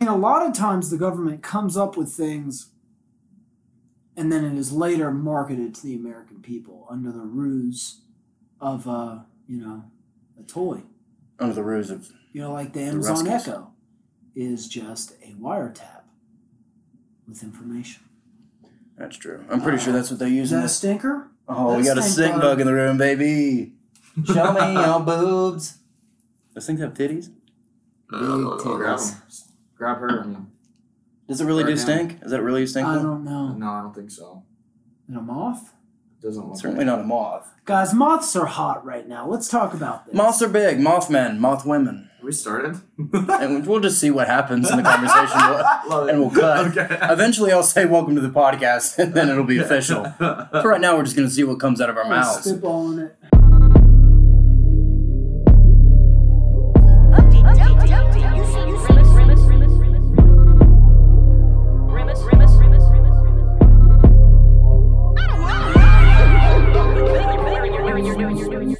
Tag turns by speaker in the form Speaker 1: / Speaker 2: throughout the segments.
Speaker 1: mean, a lot of times the government comes up with things and then it is later marketed to the American people under the ruse of, uh, you know, a toy.
Speaker 2: Under the ruse of
Speaker 1: You know, like the Amazon
Speaker 2: Ruskus.
Speaker 1: Echo is just a wiretap with information.
Speaker 2: that's true. I'm pretty sure that's what they use
Speaker 1: Is
Speaker 2: in
Speaker 1: that a
Speaker 2: this.
Speaker 1: stinker?
Speaker 2: Oh, we
Speaker 1: that
Speaker 2: got a
Speaker 1: stink
Speaker 2: stink
Speaker 1: bug?
Speaker 2: bug in the room, baby. Show me your boobs. Does things have titties?
Speaker 3: No, no, no,
Speaker 1: Big
Speaker 3: no, Oh, grab
Speaker 1: titties.
Speaker 3: him. Grab her. And,
Speaker 2: Does it really
Speaker 3: Right
Speaker 2: do
Speaker 3: now.
Speaker 2: stink? Is that really a stink
Speaker 1: I
Speaker 2: bug?
Speaker 1: don't know.
Speaker 3: no, I don't think so.
Speaker 1: And a moth?
Speaker 3: Doesn't look
Speaker 2: Certainly not a moth.
Speaker 1: Guys, moths are hot right now. Let's talk about this.
Speaker 2: Moths are big. Mothmen, moth women.
Speaker 3: Have we started?
Speaker 2: And we'll just see what happens in the conversation. We'll-
Speaker 3: Love
Speaker 2: and we'll cut.
Speaker 3: Okay.
Speaker 2: Eventually, I'll say welcome to the podcast, and then it'll be official. For right now, we're just going to see what comes out of our mouths.
Speaker 1: spitballing it.
Speaker 4: Humpty Dumpty, you see, you see, grimace, grimace, grimace, grimace, grimace, grimace, grimace, grimace, grimace.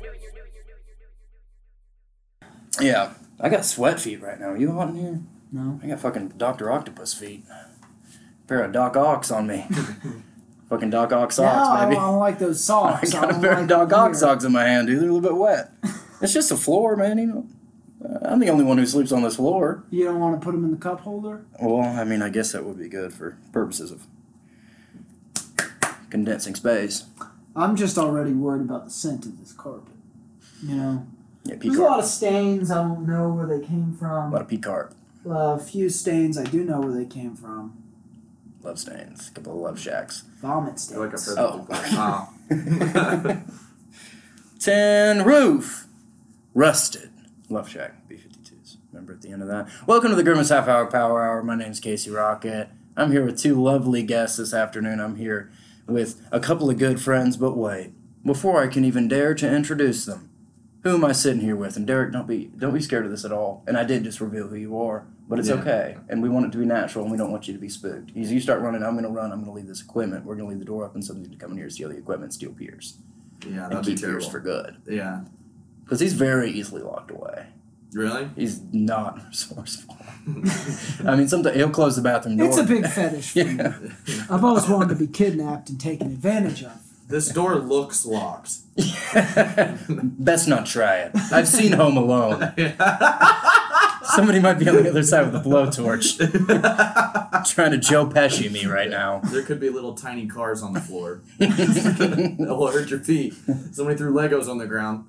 Speaker 2: Yeah. I got sweat feet right now. Are you hot in here?
Speaker 1: No.
Speaker 2: I got fucking Dr. Octopus feet. Pair of Doc Ox on me. fucking Doc Ock socks,
Speaker 1: yeah,
Speaker 2: baby.
Speaker 1: I, don't like those
Speaker 2: I
Speaker 1: socks.
Speaker 2: got a
Speaker 1: don't
Speaker 2: pair
Speaker 1: like
Speaker 2: of Doc
Speaker 1: them
Speaker 2: Ock
Speaker 1: either.
Speaker 2: socks in my hand, dude. They're a little bit wet. it's just a floor, man. You know, Uh, I'm the only one who sleeps on this floor.
Speaker 1: You don't want to put them in the cup holder?
Speaker 2: Well, I mean, I guess that would be good for purposes of condensing space.
Speaker 1: I'm just already worried about the scent of this carpet. You know?
Speaker 2: Yeah,
Speaker 1: There's
Speaker 2: peacock.
Speaker 1: a lot of stains. I don't know where they came
Speaker 2: a
Speaker 1: from.
Speaker 2: lot
Speaker 1: A
Speaker 2: of peacock.
Speaker 1: few stains I do know where they came from.
Speaker 2: Love stains. A couple of love shacks.
Speaker 1: Vomit
Speaker 3: I like a
Speaker 1: stains.
Speaker 3: physical
Speaker 2: Oh.
Speaker 3: oh.
Speaker 2: Tin roof. Rusted. Love shack. B-52s. Remember at the end of that. Welcome to the Grimace Half Hour Power Hour. My name's Casey Rocket. I'm here with two lovely guests this afternoon. I'm here with a couple of good friends, but wait. Before I can even dare to introduce them, who am I sitting here with? And Derek, don't be don't be scared of this at all. And I did just reveal who you are, but it's
Speaker 3: Yeah.
Speaker 2: okay. And we want it to be natural, and we don't want you to be spooked. As you start running, I'm gonna run. I'm gonna leave this equipment. We're gonna leave the door open. Somebody's gonna come in here, steal the equipment, steal Pierce
Speaker 3: yeah,
Speaker 2: and
Speaker 3: that'd be
Speaker 2: keep yours
Speaker 3: terrible.
Speaker 2: for good.
Speaker 3: yeah.
Speaker 2: Because he's very easily locked away.
Speaker 3: Really?
Speaker 2: He's not resourceful. I mean, sometimes he'll close the bathroom door.
Speaker 1: It's a big fetish. for me.
Speaker 2: yeah.
Speaker 1: I've always wanted to be kidnapped and taken advantage of.
Speaker 3: This door looks locked.
Speaker 2: Best not try it. I've seen Home Alone. Somebody might be on the other side with a blowtorch trying to Joe Pesci me right now.
Speaker 3: There could be little tiny cars on the floor. It'll hurt your feet. Somebody threw Legos on the ground.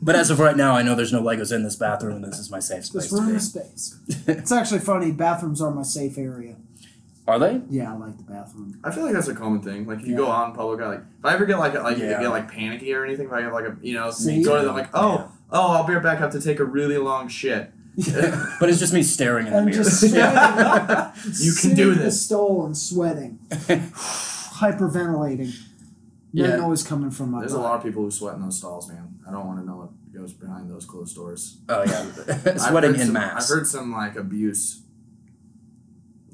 Speaker 2: But as of right now, I know there's no Legos in this bathroom, and this is my safe space.
Speaker 1: This
Speaker 2: to
Speaker 1: room
Speaker 2: be.
Speaker 1: is space. It's actually funny. Bathrooms are my safe area.
Speaker 2: Are they?
Speaker 1: Yeah, I like the bathroom.
Speaker 3: I feel like that's a common thing. Like if you
Speaker 1: Yeah.
Speaker 3: go out in public, I like if I ever get like like
Speaker 2: Yeah.
Speaker 3: if I get like panicky or anything, if I get like a you know
Speaker 1: See?
Speaker 3: go to them like oh
Speaker 2: Yeah.
Speaker 3: oh I'll be right back. I have to take a really long shit.
Speaker 2: But it's just me staring in the
Speaker 1: I'm
Speaker 2: mirror.
Speaker 1: just sweating.
Speaker 3: You can do
Speaker 1: sitting in The
Speaker 3: this.
Speaker 1: stole and sweating, hyperventilating. No
Speaker 2: Yeah.
Speaker 1: noise coming from my
Speaker 3: There's a
Speaker 1: butt.
Speaker 3: lot of people who sweat in those stalls, man. I don't want to know what goes behind those closed doors.
Speaker 2: oh yeah,
Speaker 3: I've
Speaker 2: sweating
Speaker 3: heard
Speaker 2: in
Speaker 3: some-
Speaker 2: mass.
Speaker 3: I've heard some like abuse.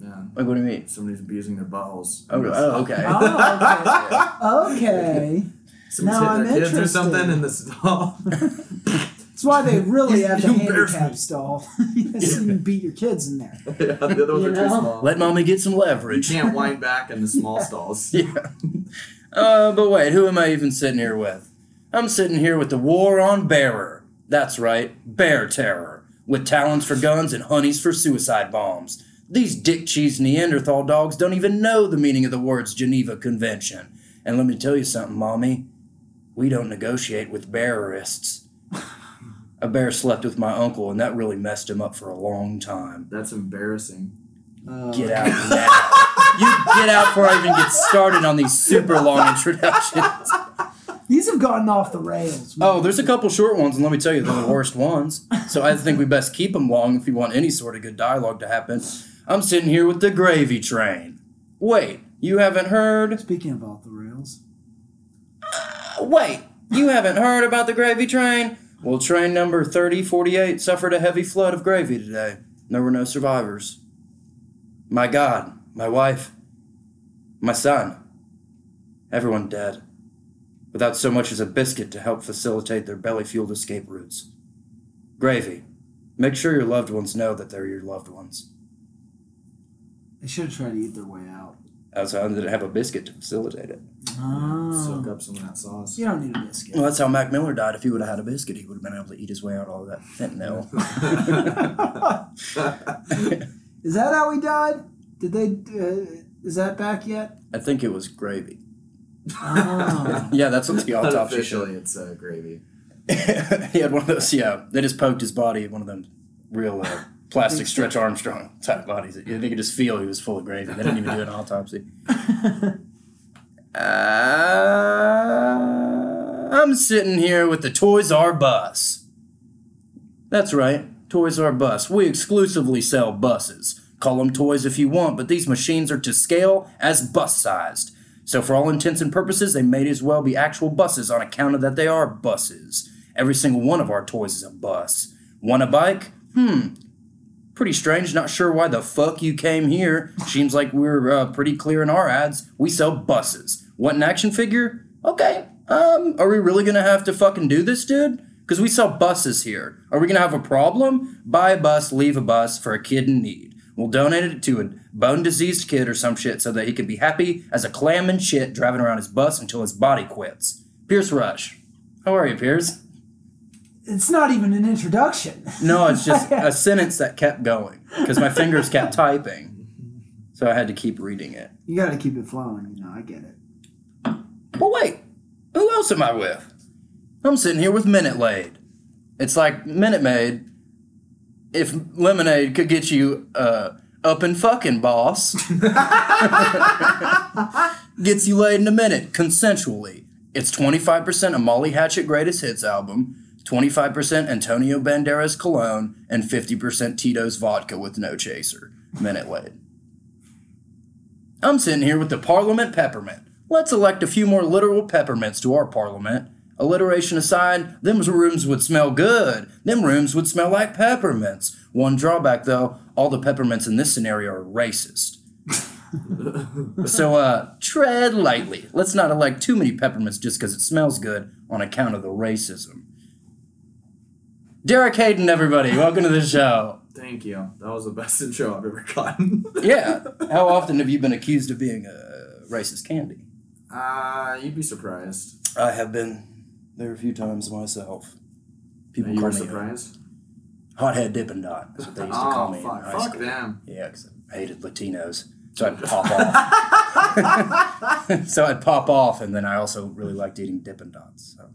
Speaker 3: Yeah,
Speaker 2: Like, what do you mean?
Speaker 3: somebody's abusing their buttholes.
Speaker 2: Oh, oh, okay.
Speaker 1: Oh, okay. okay.
Speaker 3: Somebody's
Speaker 1: Now I'm
Speaker 3: hitting their kids or
Speaker 1: interested.
Speaker 3: something in the stall.
Speaker 1: That's why they really
Speaker 3: You-
Speaker 1: have the
Speaker 3: you embarrass
Speaker 1: handicap stall. you can beat your kids in there.
Speaker 3: yeah, the other ones
Speaker 1: You
Speaker 3: are too
Speaker 1: know?
Speaker 3: small.
Speaker 2: Let mommy get some
Speaker 3: you
Speaker 2: leverage.
Speaker 3: can't wind back in the small stalls.
Speaker 2: Yeah. Uh, but wait, who am I even sitting here with? I'm sitting here with the War on Bearer. That's right, Bear Terror. With talons for guns and honeys for suicide bombs. These dick cheese Neanderthal dogs don't even know the meaning of the words Geneva Convention. And let me tell you something, Mommy. We don't negotiate with bearists. A bear slept with my uncle, and that really messed him up for a long time.
Speaker 3: That's embarrassing.
Speaker 1: Uh,
Speaker 2: Get out now. you get out before I even get started on these super long introductions.
Speaker 1: These have gotten off the rails. man.
Speaker 2: Oh, there's a couple short ones, and let me tell you, they're the worst ones. So I think we best keep them long if you want any sort of good dialogue to happen. I'm sitting here with the gravy train. Wait, you haven't heard?
Speaker 1: Speaking of off the rails,
Speaker 2: Wait, you haven't heard about the gravy train? Well, train number 3048 suffered a heavy flood of gravy today. There were no survivors. My God, my wife, my son, everyone dead, without so much as a biscuit to help facilitate their belly fueled escape routes. Gravy, make sure your loved ones know that they're your loved ones.
Speaker 1: They should have tried to eat their way out.
Speaker 2: Also, I didn't have a biscuit to facilitate it.
Speaker 1: Oh.
Speaker 3: Soak up some of that sauce.
Speaker 1: You don't need a biscuit.
Speaker 2: Ah. Well, that's how Mac Miller died. If he would have had a biscuit, he would have been able to eat his way out all that fentanyl.
Speaker 1: Is that how he died? Did they? Uh, is that back yet?
Speaker 2: I think it was gravy.
Speaker 1: Oh.
Speaker 2: Yeah, that's what the autopsy showed.
Speaker 3: Officially, it's uh, gravy.
Speaker 2: he had one of those. Yeah, they just poked his body in one of them real uh, plastic stretch Armstrong type bodies. You could just feel he was full of gravy. They didn't even do an autopsy. Uh, I'm sitting here with the Toys R Bus. That's right, Toys R Bus. We exclusively sell buses. Call them toys if you want, but these machines are to scale as bus sized. So, for all intents and purposes, they may as well be actual buses on account of that they are buses. Every single one of our toys is a bus. Want a bike? pretty strange. Not sure why the fuck you came here. Seems like we're uh, pretty clear in our ads. We sell buses. What an action figure? Okay. Um, are we really gonna have to fucking do this, dude? Because we sell buses here. Are we gonna have a problem? Buy a bus, leave a bus for a kid in need. We'll donate it to a bone diseased kid or some shit so that he can be happy as a clam and shit driving around his bus until his body quits. Pierce Rush. How are you, Pierce?
Speaker 1: it's not even an introduction.
Speaker 2: No, it's just a sentence that kept going because my fingers kept typing. So I had to keep reading it.
Speaker 1: You got to keep it flowing. You know, I get it.
Speaker 2: But wait, who else am I with? I'm sitting here with Minute Laid. It's like Minute Maid. If lemonade could get you uh, up and fucking, boss, gets you laid in a minute, consensually. It's 25% of Molly Hatchet Greatest Hits album, 25% Antonio Banderas Cologne, and 50% Tito's Vodka with No Chaser. Minute Laid. I'm sitting here with the Parliament Peppermint. Let's elect a few more literal peppermints to our Parliament. Alliteration aside, them rooms would smell good. Them rooms would smell like peppermints. One drawback, though, all the peppermints in this scenario are racist. so, uh, tread lightly. Let's not elect too many peppermints just because it smells good on account of the racism. Derek Hayden, everybody, welcome to the show.
Speaker 3: Thank you. That was the best intro I've ever gotten.
Speaker 2: Yeah, how often have you been accused of being a racist candy?
Speaker 3: Uh, you'd be surprised.
Speaker 2: I have been there a few times myself. People
Speaker 3: you
Speaker 2: call
Speaker 3: were
Speaker 2: me a
Speaker 3: surprised?
Speaker 2: hothead dip and dot. That's what they used to call
Speaker 3: oh,
Speaker 2: me.
Speaker 3: fuck.
Speaker 2: in high
Speaker 3: Fuck
Speaker 2: school.
Speaker 3: them.
Speaker 2: Yeah, 'cause I hated Latinos. So I'd pop off. so I'd pop off, and then I also really liked eating Dippin' Dots. So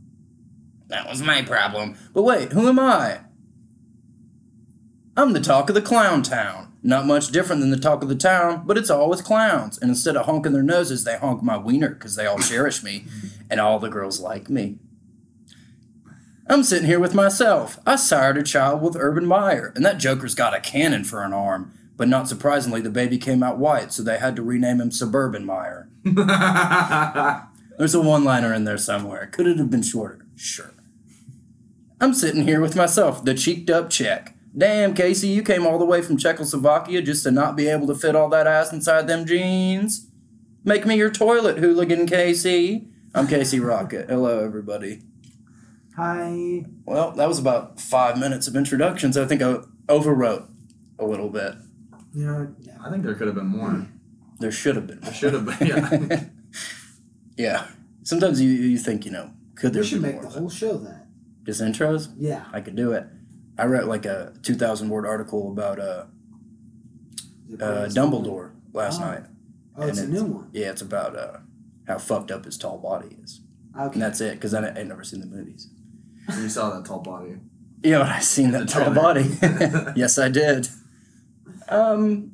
Speaker 2: that was my problem. But wait, who am I? I'm the talk of the clown town. Not much different than the talk of the town, but it's all with clowns. And instead of honking their noses, they honk my wiener because they all cherish me, and all the girls like me. I'm sitting here with myself. I sired a child with Urban Meyer, and that joker's got a cannon for an arm. But not surprisingly, the baby came out white, so they had to rename him Suburban Meyer. There's a one liner in there somewhere. Could it have been shorter? Sure. I'm sitting here with myself, the cheeked up Czech. Damn, Casey, you came all the way from Czechoslovakia just to not be able to fit all that ass inside them jeans. Make me your toilet, hooligan Casey. I'm Casey Rocket. Hello, everybody.
Speaker 1: Hi.
Speaker 2: Well, that was about five minutes of introductions. I think I overwrote a little bit.
Speaker 1: You know,
Speaker 3: I think there could have been more.
Speaker 2: There should have been.
Speaker 3: There should have been. Yeah.
Speaker 2: Yeah. Sometimes you, you think, you know, could there
Speaker 1: we should
Speaker 2: be
Speaker 1: make
Speaker 2: more?
Speaker 1: the whole show that.
Speaker 2: Just intros?
Speaker 1: Yeah.
Speaker 2: I could do it. I wrote like a 2,000 word article about uh, uh, Dumbledore last
Speaker 1: Oh.
Speaker 2: night.
Speaker 1: Oh, it's a
Speaker 2: and
Speaker 1: new one.
Speaker 2: Yeah, it's about uh, how fucked up his tall body is.
Speaker 1: Okay.
Speaker 2: And that's it, because I had never seen the movies.
Speaker 3: you saw that tall body.
Speaker 2: Yeah, but I seen that
Speaker 3: The
Speaker 2: tall
Speaker 3: trailer.
Speaker 2: body. yes, I did. Um,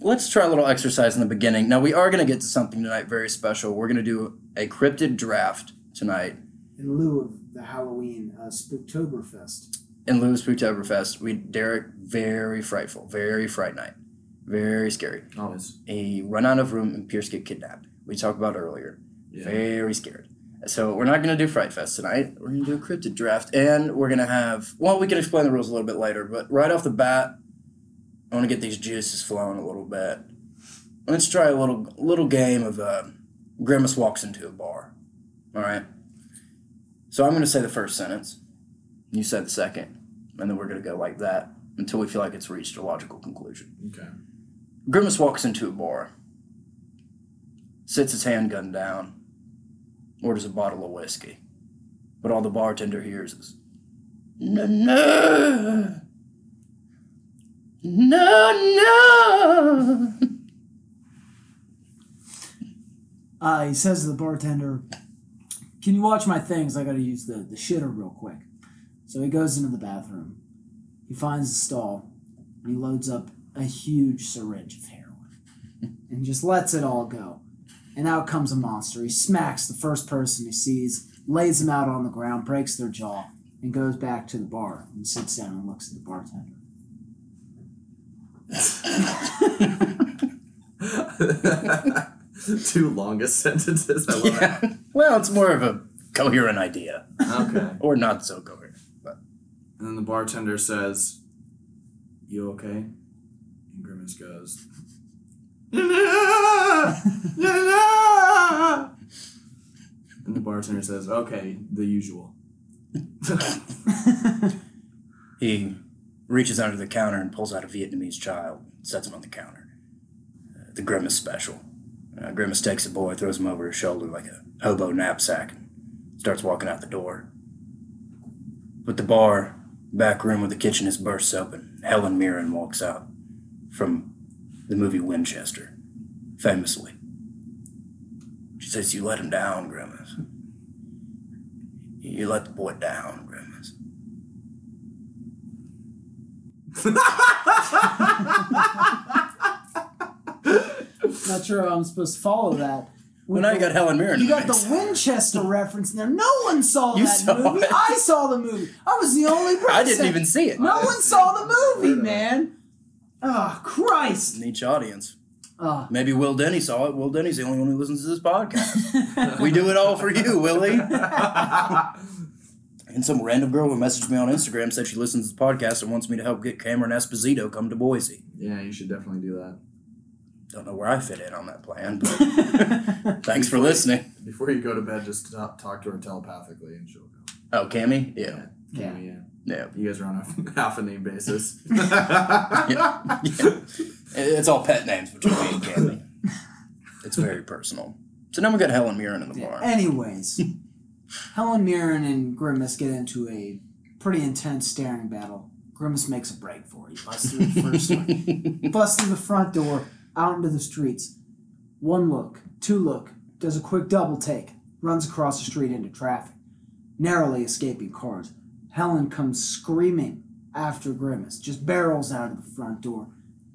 Speaker 2: let's try a little exercise in the beginning. Now we are going to get to something tonight very special. We're going to do a cryptid draft tonight
Speaker 1: In lieu of the Halloween uh, Spooktoberfest.
Speaker 2: in Lewis Spooktoberfest. We Derek very frightful, very fright night, very scary.
Speaker 3: Always.
Speaker 2: A run out of room and Pierce get kidnapped. We talked about earlier.
Speaker 3: Yeah.
Speaker 2: Very scared. So we're not going to do Fright Fest tonight. We're going to do a cryptid draft, and we're going to have. Well, we can explain the rules a little bit later, but right off the bat, I want to get these juices flowing a little bit. Let's try a little little game of uh, Grimace walks into a bar. All right. So I'm going to say the first sentence. You say the second, and then we're going to go like that until we feel like it's reached a logical conclusion.
Speaker 3: Okay.
Speaker 2: Grimace walks into a bar, sits his handgun down, orders a bottle of whiskey. But all the bartender hears is, No, no! No, no!
Speaker 1: Uh, he says to the bartender, Can you watch my things? I gotta use the, the shitter real quick. So he goes into the bathroom. He finds a stall and he loads up a huge syringe of heroin and just lets it all go. And out comes a monster. He smacks the first person he sees, lays him out on the ground, breaks their jaw, and goes back to the bar and sits down and looks at the bartender.
Speaker 3: Two longest sentences. I love
Speaker 2: Yeah. Well, it's more of a coherent idea,
Speaker 3: it. Okay.
Speaker 2: or not so coherent. But
Speaker 3: And then the bartender says, You okay? And Grimace goes, And the bartender says, Okay, the usual.
Speaker 2: he reaches under the counter and pulls out a Vietnamese child, sets him on the counter. Uh, the Grimace special. Uh, Grimace takes the boy, throws him over his shoulder like a hobo knapsack, and starts walking out the door. But the bar, back room with the kitchen is bursts open. Helen Mirren walks out from the movie Winchester, famously. She says, You let him down, Grimace. You let the boy down, Grimace.
Speaker 1: Not sure how I'm supposed to follow that.
Speaker 2: Well, now you got Helen Mirren.
Speaker 1: You
Speaker 2: in the
Speaker 1: got
Speaker 2: mix.
Speaker 1: the Winchester reference in there. No one saw
Speaker 2: You
Speaker 1: that
Speaker 2: saw
Speaker 1: movie.
Speaker 2: it.
Speaker 1: I saw the movie. I was the only person.
Speaker 2: I didn't even see it.
Speaker 1: No one saw the movie,
Speaker 3: Weirdo.
Speaker 1: man. Oh Christ!
Speaker 2: In each audience.
Speaker 1: Oh.
Speaker 2: Maybe Will Denny saw it. Will Denny's the only one who listens to this podcast. we do it all for you, Willie. And some random girl who messaged me on Instagram said she listens to this podcast and wants me to help get Cameron Esposito come to Boise.
Speaker 3: Yeah, you should definitely do that.
Speaker 2: Don't know where I fit in on that plan, but thanks for listening.
Speaker 3: Before you go to bed, just talk, talk to her telepathically and she'll go.
Speaker 2: Oh, Cammy? Yeah.
Speaker 1: Yeah.
Speaker 3: yeah.
Speaker 2: Yeah.
Speaker 3: You guys are on a half a name basis.
Speaker 2: Yeah. It's all pet names between me and Cammy. It's very personal. So now we got Helen Mirren in the bar.
Speaker 1: Anyways, Helen Mirren and Grimace get into a pretty intense staring battle. Grimace makes a break for it. He busts through the first one, busts through the front door, out into the streets. One look, two look, does a quick double take, runs across the street into traffic, narrowly escaping cars. Helen comes screaming after Grimace, just barrels out of the front door,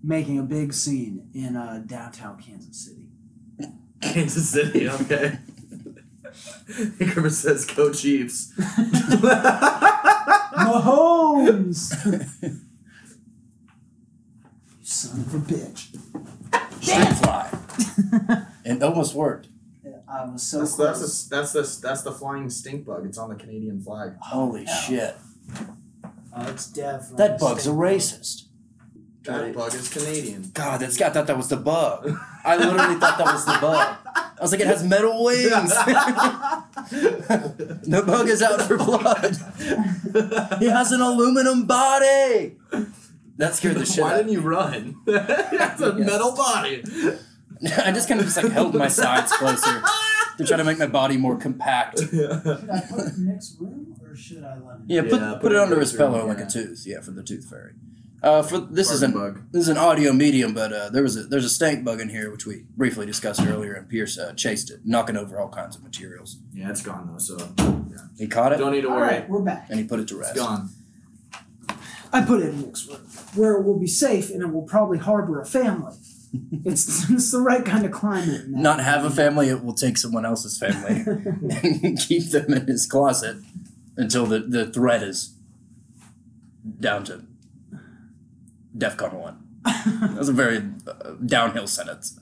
Speaker 1: making a big scene in uh, downtown Kansas City.
Speaker 3: Kansas City, okay. Grimace says, Go Chiefs.
Speaker 1: Mahomes! you son of a bitch.
Speaker 2: Street fly. It almost worked.
Speaker 1: I was so
Speaker 3: That's,
Speaker 1: close.
Speaker 3: that's, the, that's, the, that's the flying stink bug. It's on the Canadian flag.
Speaker 2: Holy
Speaker 1: Yeah.
Speaker 2: shit.
Speaker 1: oh, it's definitely.
Speaker 2: That bug's a
Speaker 1: stink.
Speaker 2: racist.
Speaker 3: That bug is Canadian.
Speaker 2: God, that's I thought that was the bug. I literally thought that was the bug. I was like, it has metal wings. the bug is out for blood. he has an aluminum body. That scared the shit
Speaker 3: Why
Speaker 2: out of
Speaker 3: didn't you run? That's a
Speaker 2: Yes.
Speaker 3: metal body.
Speaker 2: me. I just kind of just like held my sides closer to try to make my body more compact.
Speaker 1: Should I put it in Nick's room or should I let it?
Speaker 2: Yeah, put,
Speaker 3: Yeah,
Speaker 2: put, it under his
Speaker 3: through,
Speaker 2: pillow like
Speaker 3: yeah.
Speaker 2: a tooth. Yeah, for the tooth fairy. Uh, for this
Speaker 3: Barking
Speaker 2: is an
Speaker 3: bug.
Speaker 2: this is an audio medium, but uh, there was a there's a stank bug in here which we briefly discussed earlier, and Pierce uh, chased it, knocking over all kinds of materials.
Speaker 3: Yeah, it's gone though, so
Speaker 2: He caught it
Speaker 3: don't need to
Speaker 1: All
Speaker 3: worry.
Speaker 1: right, we're back.
Speaker 2: and he put it to
Speaker 3: It's
Speaker 2: rest.
Speaker 3: gone.
Speaker 1: I put it in Nick's room, where it will be safe and it will probably harbor a family. It's, it's the right kind of climate. in that.
Speaker 2: Not have a family, it will take someone else's family and keep them in his closet until the, the threat is down to DEFCON 1. That was a very uh, downhill sentence.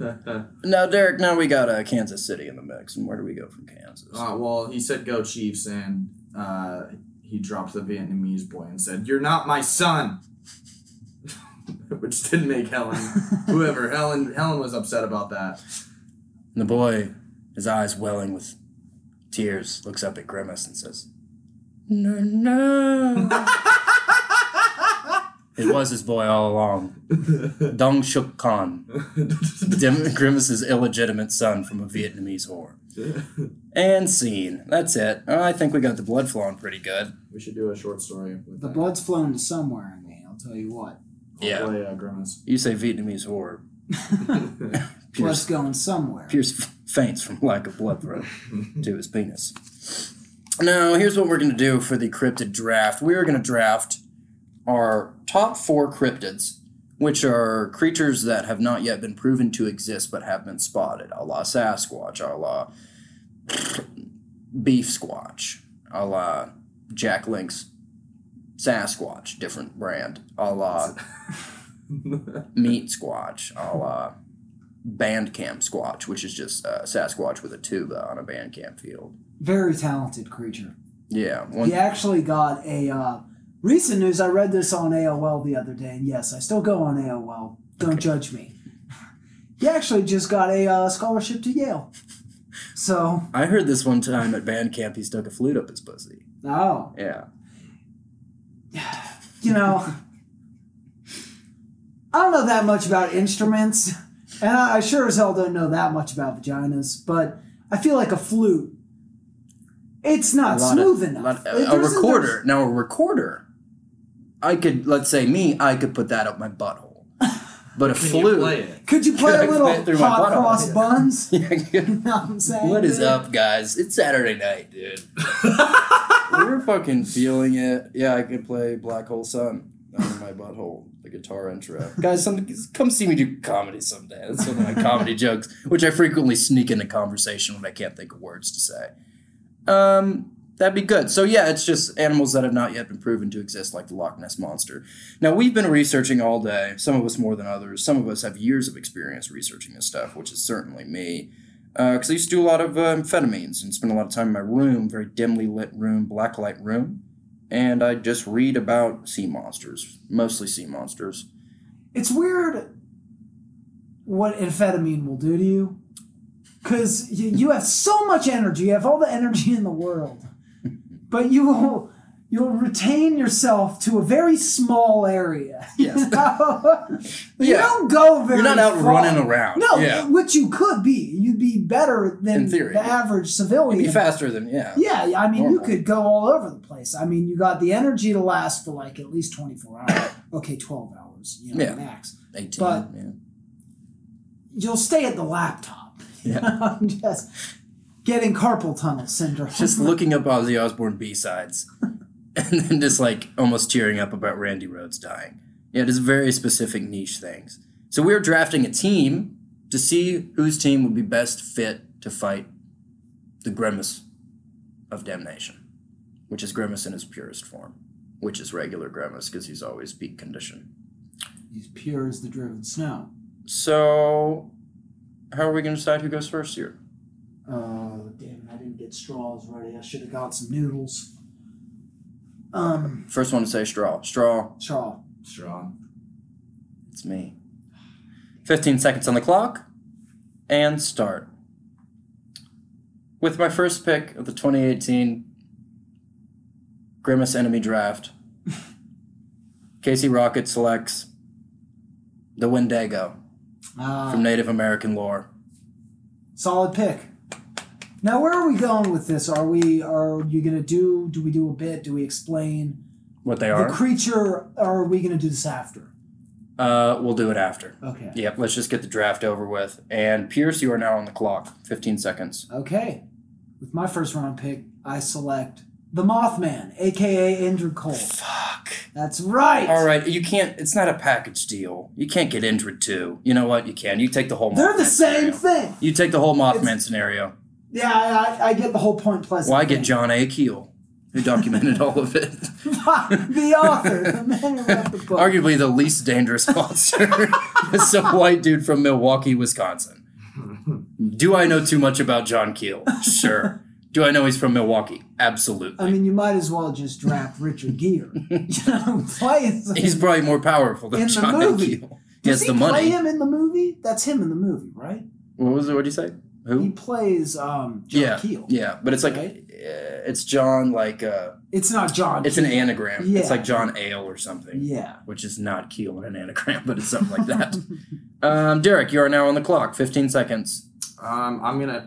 Speaker 3: uh,
Speaker 2: Now, Derek, now we got uh, Kansas City in the mix, and where do we go from Kansas?
Speaker 3: Uh, well, he said go Chiefs, and uh, he dropped the Vietnamese boy and said, "You're not my son," which didn't make Helen, whoever Helen, Helen was upset about that.
Speaker 2: And the boy, his eyes welling with tears, looks up at Grimace and says, No, no. It was his boy all along. Dong Shuk Khan, Dim- Grimace's illegitimate son from a Vietnamese whore. And scene. That's it. Oh, I think we got the blood flowing pretty good.
Speaker 3: we should do a short story with
Speaker 1: The
Speaker 3: that.
Speaker 1: blood's flowing to somewhere in me, I'll tell you what.
Speaker 3: I'll
Speaker 2: Yeah.
Speaker 3: play, uh, grimace.
Speaker 2: You say Vietnamese whore.
Speaker 1: Blood's
Speaker 2: Pierce,
Speaker 1: going somewhere.
Speaker 2: Pierce f- faints from lack of blood flow to his penis. Now, here's what we're going to do for the cryptid draft. We are going to draft our top four cryptids, which are creatures that have not yet been proven to exist but have been spotted, a la Sasquatch, a la Beef Squatch, a la Jack Link's Sasquatch, different brand, a la Meat Squatch, a la Bandcamp Squatch, which is just uh, Sasquatch with a tuba on a Bandcamp field.
Speaker 1: Very talented creature.
Speaker 2: Yeah, one,
Speaker 1: He actually got a uh, recent news. I read this on AOL the other day, and yes, I still go on AOL. Don't judge me. He actually just got a uh, scholarship to Yale. So,
Speaker 2: I heard this one time at band camp he stuck a flute up his pussy.
Speaker 1: oh,
Speaker 2: Yeah.
Speaker 1: you know, I don't know that much about instruments, and I, I sure as hell don't know that much about vaginas. But I feel like a flute. It's not
Speaker 2: lot of-
Speaker 1: smooth enough.
Speaker 2: lot-
Speaker 1: It
Speaker 2: a, a
Speaker 1: doesn't-
Speaker 2: recorder. Now a recorder. I could let's say me, I could put that up my butthole. But a
Speaker 3: Can you
Speaker 2: flute.
Speaker 3: play it?
Speaker 1: Could you play
Speaker 2: I
Speaker 1: a little
Speaker 2: fit through my
Speaker 1: hot
Speaker 2: butthole?
Speaker 1: cross
Speaker 2: Yeah.
Speaker 1: buns?
Speaker 2: Yeah,
Speaker 1: You know what I'm saying?
Speaker 2: what is up, guys? It's Saturday night, dude. We're fucking feeling it. Yeah, I could play Black Hole Sun on my butthole, the guitar intro. Guys, some, come see me do comedy someday. That's one of my comedy jokes, which I frequently sneak into conversation when I can't think of words to say. Um, that'd be good. So yeah, it's just animals that have not yet been proven to exist, like the Loch Ness monster. Now we've been researching all day. Some of us more than others. Some of us have years of experience researching this stuff, which is certainly me. Because I used to do a lot of uh, amphetamines and spend a lot of time in my room, very dimly lit room, black light room, and I just read about sea monsters, mostly sea monsters.
Speaker 1: It's weird what amphetamine will do to you. Because you, you have so much energy, you have all the energy in the world, but you will you'll retain yourself to a very small area.
Speaker 2: Yes.
Speaker 1: You, know? You
Speaker 2: Yeah.
Speaker 1: don't go very.
Speaker 2: You're not out
Speaker 1: far.
Speaker 2: running around.
Speaker 1: No,
Speaker 2: yeah,
Speaker 1: which you could be. You'd be better than
Speaker 2: In theory.
Speaker 1: the average
Speaker 2: You'd
Speaker 1: civilian.
Speaker 2: be faster than yeah.
Speaker 1: Yeah, I mean, you
Speaker 2: Normal.
Speaker 1: could go all over the place. I mean, you got the energy to last for like at least 24 hours. okay, 12 hours, you know,
Speaker 2: Yeah.
Speaker 1: max.
Speaker 2: Eighteen.
Speaker 1: But-
Speaker 2: yeah.
Speaker 1: You'll stay at the laptop.
Speaker 2: Yeah.
Speaker 1: I'm just getting carpal tunnel syndrome.
Speaker 2: just looking up Ozzy Osbourne B sides, and then just like almost tearing up about Randy Rhodes dying. Yeah, just very specific niche things. So we are drafting a team to see whose team would be best fit to fight the grimace of damnation, which is grimace in his purest form, which is regular grimace because he's always peak condition.
Speaker 1: He's pure as the driven snow.
Speaker 2: So, how are we going to decide who goes first here?
Speaker 1: Oh, damn, I didn't get straws ready. I should have got some noodles. Um,
Speaker 2: First one to say straw. Straw.
Speaker 1: straw.
Speaker 3: Strong.
Speaker 2: It's me. 15 seconds on the clock and start. With my first pick of the 2018 Grimace Enemy Draft, Casey Rocket selects the Wendigo
Speaker 1: Uh,
Speaker 2: from Native American lore.
Speaker 1: Solid pick. Now, where are we going with this? Are we? Are you gonna do? Do we do a bit? Do we explain
Speaker 2: What they
Speaker 1: the
Speaker 2: are?
Speaker 1: creature? Or are we gonna do this after?
Speaker 2: Uh, we'll do it after.
Speaker 1: Okay.
Speaker 2: Yep, let's just get the draft over with. And Pierce, you are now on the clock. 15 seconds.
Speaker 1: Okay. With my first round pick, I select the Mothman, aka Andrew Cole.
Speaker 2: Fuck.
Speaker 1: That's right.
Speaker 2: All right, you can't. It's not a package deal. You can't get injured too. You know what? You can. You take the whole.
Speaker 1: They're the
Speaker 2: Mothman
Speaker 1: same
Speaker 2: scenario.
Speaker 1: thing.
Speaker 2: You take the whole Mothman
Speaker 1: It's-
Speaker 2: scenario.
Speaker 1: Yeah, I, I, I get the whole point. Pleasant.
Speaker 2: Why get
Speaker 1: thing.
Speaker 2: John A. Keel, who documented all of it?
Speaker 1: the author, the man who wrote the book.
Speaker 2: Arguably the least dangerous monster. is some white dude from Milwaukee, Wisconsin.
Speaker 3: Um,
Speaker 2: Do I know too much about John Keel? Sure. Do I know he's from Milwaukee? Absolutely.
Speaker 1: I mean, you might as well just draft Richard Gere. you know, play as the-
Speaker 2: he's probably more powerful than
Speaker 1: In the
Speaker 2: John A.
Speaker 1: movie.
Speaker 2: Keel. He
Speaker 1: Does
Speaker 2: has
Speaker 1: he
Speaker 2: the
Speaker 1: play
Speaker 2: money.
Speaker 1: him in the movie? That's him in the movie, right?
Speaker 2: What was it? What did you say? Who?
Speaker 1: He plays um, John
Speaker 2: yeah,
Speaker 1: Keel.
Speaker 2: yeah, but it's like
Speaker 1: Right?
Speaker 2: uh, it's John like uh,
Speaker 1: It's not John.
Speaker 2: It's an anagram.
Speaker 1: Yeah.
Speaker 2: It's like John Ale or something,
Speaker 1: yeah.
Speaker 2: which is not Keel in an anagram, but it's something like that. um, Derek, you are now on the clock. 15 seconds.
Speaker 3: Um, I'm gonna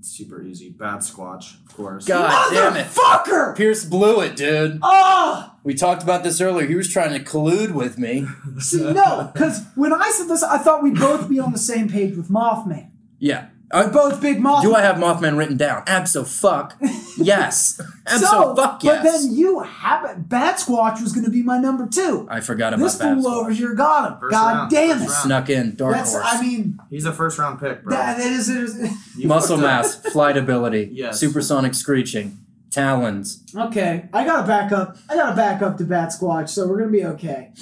Speaker 3: super easy. Bad Squatch, of course.
Speaker 2: God damn it.
Speaker 1: Motherfucker!
Speaker 2: Pierce blew it, dude.
Speaker 1: Ah!
Speaker 2: We talked about this earlier. He was trying to collude with me.
Speaker 1: See, no, because when I said this, I thought we'd both be on the same page with Mothman.
Speaker 2: Yeah. Uh,
Speaker 1: We're both big Mothman.
Speaker 2: Do I have Mothman written down? Abso fuck. Yes. Abso
Speaker 1: so,
Speaker 2: fuck
Speaker 1: But
Speaker 2: yes.
Speaker 1: then you have Bat Squatch was going to be my number two.
Speaker 2: I forgot about
Speaker 1: This
Speaker 2: that.
Speaker 1: fool over here got him.
Speaker 3: First
Speaker 1: God
Speaker 3: round,
Speaker 1: damn
Speaker 3: first
Speaker 1: it.
Speaker 3: round.
Speaker 2: Snuck in. Dark
Speaker 1: That's,
Speaker 2: horse.
Speaker 1: I mean,
Speaker 3: He's a first round pick, bro.
Speaker 1: that, that is. It is
Speaker 3: You
Speaker 2: Muscle
Speaker 3: fucked up.
Speaker 2: mass, flight ability,
Speaker 3: Yes.
Speaker 2: supersonic screeching, talons.
Speaker 1: okay, I got to back up. I got to back up to Bat Squatch, so we're going to be okay.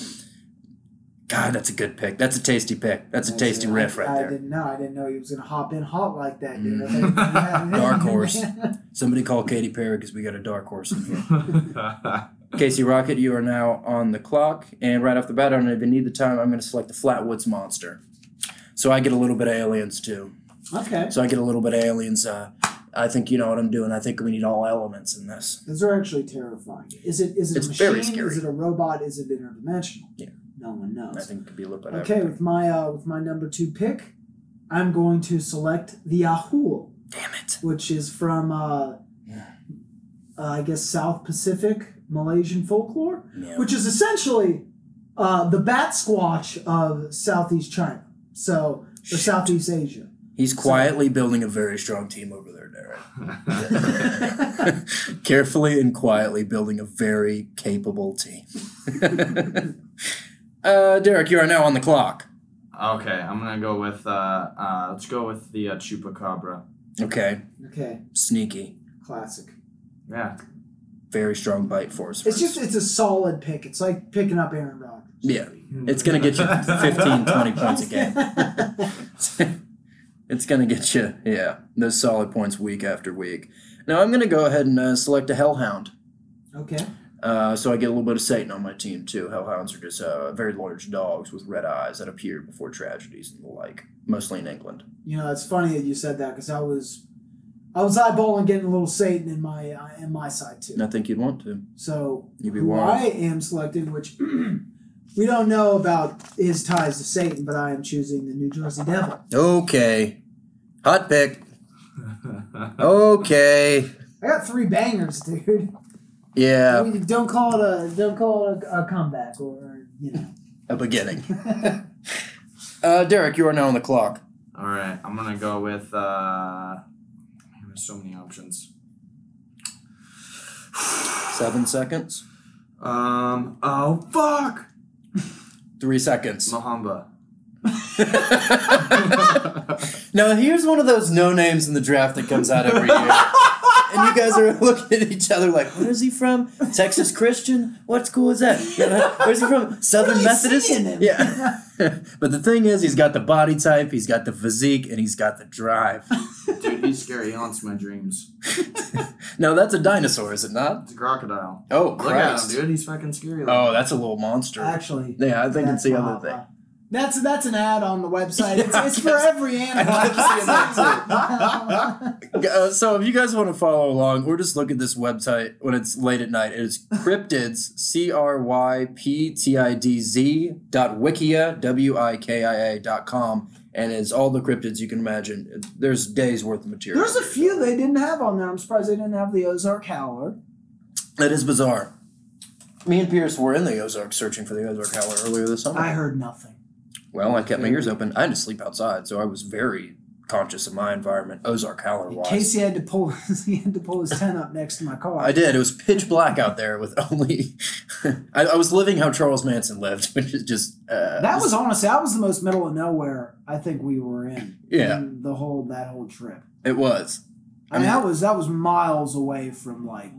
Speaker 2: God, that's a good pick. That's a tasty pick. That's a tasty
Speaker 1: I-
Speaker 2: riff right
Speaker 1: I,
Speaker 2: there.
Speaker 1: didn't know. I didn't know he was going to hop in hot like that, dude.
Speaker 3: Mm.
Speaker 2: Dark horse. Somebody call Katy Perry because we got a dark horse in here. Casey Rocket, you are now on the clock, and right off the bat, I don't even need the time. I'm going to select the Flatwoods Monster. So I get a little bit of aliens too.
Speaker 1: okay.
Speaker 2: So I get a little bit of aliens. Uh, I think you know what I'm doing. I think we need all elements in this.
Speaker 1: Those are actually terrifying. Is it is it
Speaker 2: It's
Speaker 1: a
Speaker 2: very
Speaker 1: machine?
Speaker 2: scary.
Speaker 1: Is it a robot? Is it interdimensional?
Speaker 2: Yeah.
Speaker 1: No one knows.
Speaker 2: I think it could be a little bit. of
Speaker 1: Okay,
Speaker 2: everything.
Speaker 1: with my uh, with my number two pick, I'm going to select the Ahul,
Speaker 2: Damn it.
Speaker 1: which is from uh, uh, I guess South Pacific Malaysian folklore,
Speaker 2: Yeah.
Speaker 1: which is essentially uh, the bat squatch of Southeast China, so or
Speaker 2: Shit.
Speaker 1: Southeast Asia.
Speaker 2: He's quietly building a very strong team over there, Derek. Carefully and quietly building a very capable team. uh, Derek, you are now on the clock.
Speaker 3: okay, I'm gonna go with uh, uh, let's go with the uh, chupacabra.
Speaker 2: Okay,
Speaker 1: Okay,
Speaker 2: sneaky,
Speaker 1: classic.
Speaker 3: Yeah,
Speaker 2: very strong bite force.
Speaker 1: It's just it's a solid pick. It's like picking up Aaron Rodgers.
Speaker 2: yeah, it's gonna get you 15, 20 points a game. it's gonna get you, yeah, those solid points week after week. Now I'm gonna go ahead and uh, select a hellhound.
Speaker 1: okay.
Speaker 2: Uh, so I get a little bit of Satan on my team too. Hellhounds are just uh, very large dogs with red eyes that appear before tragedies and the like, mostly in England.
Speaker 1: You know, it's funny that you said that because I was, I was eyeballing getting a little Satan in my uh, in my side too.
Speaker 2: And I think you'd want to.
Speaker 1: So
Speaker 2: You'd be
Speaker 1: who
Speaker 2: wise.
Speaker 1: I am selecting, which we don't know about his ties to Satan, but I am choosing the New Jersey Devil.
Speaker 2: Okay, hot pick. Okay,
Speaker 1: I got three bangers, dude. I
Speaker 2: yeah,
Speaker 1: mean, don't call it a don't call it a, a comeback or you know.
Speaker 2: a beginning. Uh, Derek, you are now on the clock.
Speaker 3: All right, I'm gonna go with. Uh, man, there's so many options.
Speaker 2: Seven seconds.
Speaker 3: Um. Oh fuck.
Speaker 2: Three seconds.
Speaker 3: Mahamba.
Speaker 2: now here's one of those no names in the draft that comes out every year. And you guys are looking at each other like, where is he from? Texas Christian? What school is that? You know, Where's he from? Southern
Speaker 1: Really
Speaker 2: Methodist?
Speaker 1: seeing him.
Speaker 2: Yeah. but the thing is, he's got the body type, he's got the physique, and he's got the drive.
Speaker 3: Dude, he's scary. He haunts my dreams.
Speaker 2: Now that's a dinosaur, is it not?
Speaker 3: It's a crocodile.
Speaker 2: Oh,
Speaker 3: Look at
Speaker 2: Christ.
Speaker 3: him, dude. He's fucking scary. Like,
Speaker 2: Oh, that's a little monster.
Speaker 1: Actually,
Speaker 2: yeah, I think it's
Speaker 1: that's
Speaker 2: the
Speaker 1: not-
Speaker 2: other thing.
Speaker 1: That's that's an ad on the website. It's,
Speaker 2: Yeah, I
Speaker 1: it's for
Speaker 2: guess-
Speaker 1: every animal.
Speaker 2: I'd like to see
Speaker 3: that
Speaker 2: Uh, so if you guys want to follow along or just look at this website when it's late at night, it is cryptids, C-R-Y-P-T-I-D-Z dot wikia, W-I-K-I-A dot com. And it's all the cryptids you can imagine. There's days worth of material.
Speaker 1: There's a few they didn't have on there. I'm surprised they didn't have the Ozark Howler.
Speaker 2: that is bizarre. Me and Pierce were in the Ozark searching for the Ozark Howler earlier this summer.
Speaker 1: I heard nothing.
Speaker 2: well, I kept my ears open. I had to sleep outside, so I was very conscious of my environment, Ozark Howler wise.
Speaker 1: Casey had to pull he had to pull his tent up next to my car.
Speaker 2: I did. It was pitch black out there with only. I, I was living how Charles Manson lived, which is just. Uh,
Speaker 1: That was honestly that was the most middle of nowhere I think we were in.
Speaker 2: Yeah.
Speaker 1: in the whole that whole trip.
Speaker 2: It was.
Speaker 1: I mean that was that was miles away from like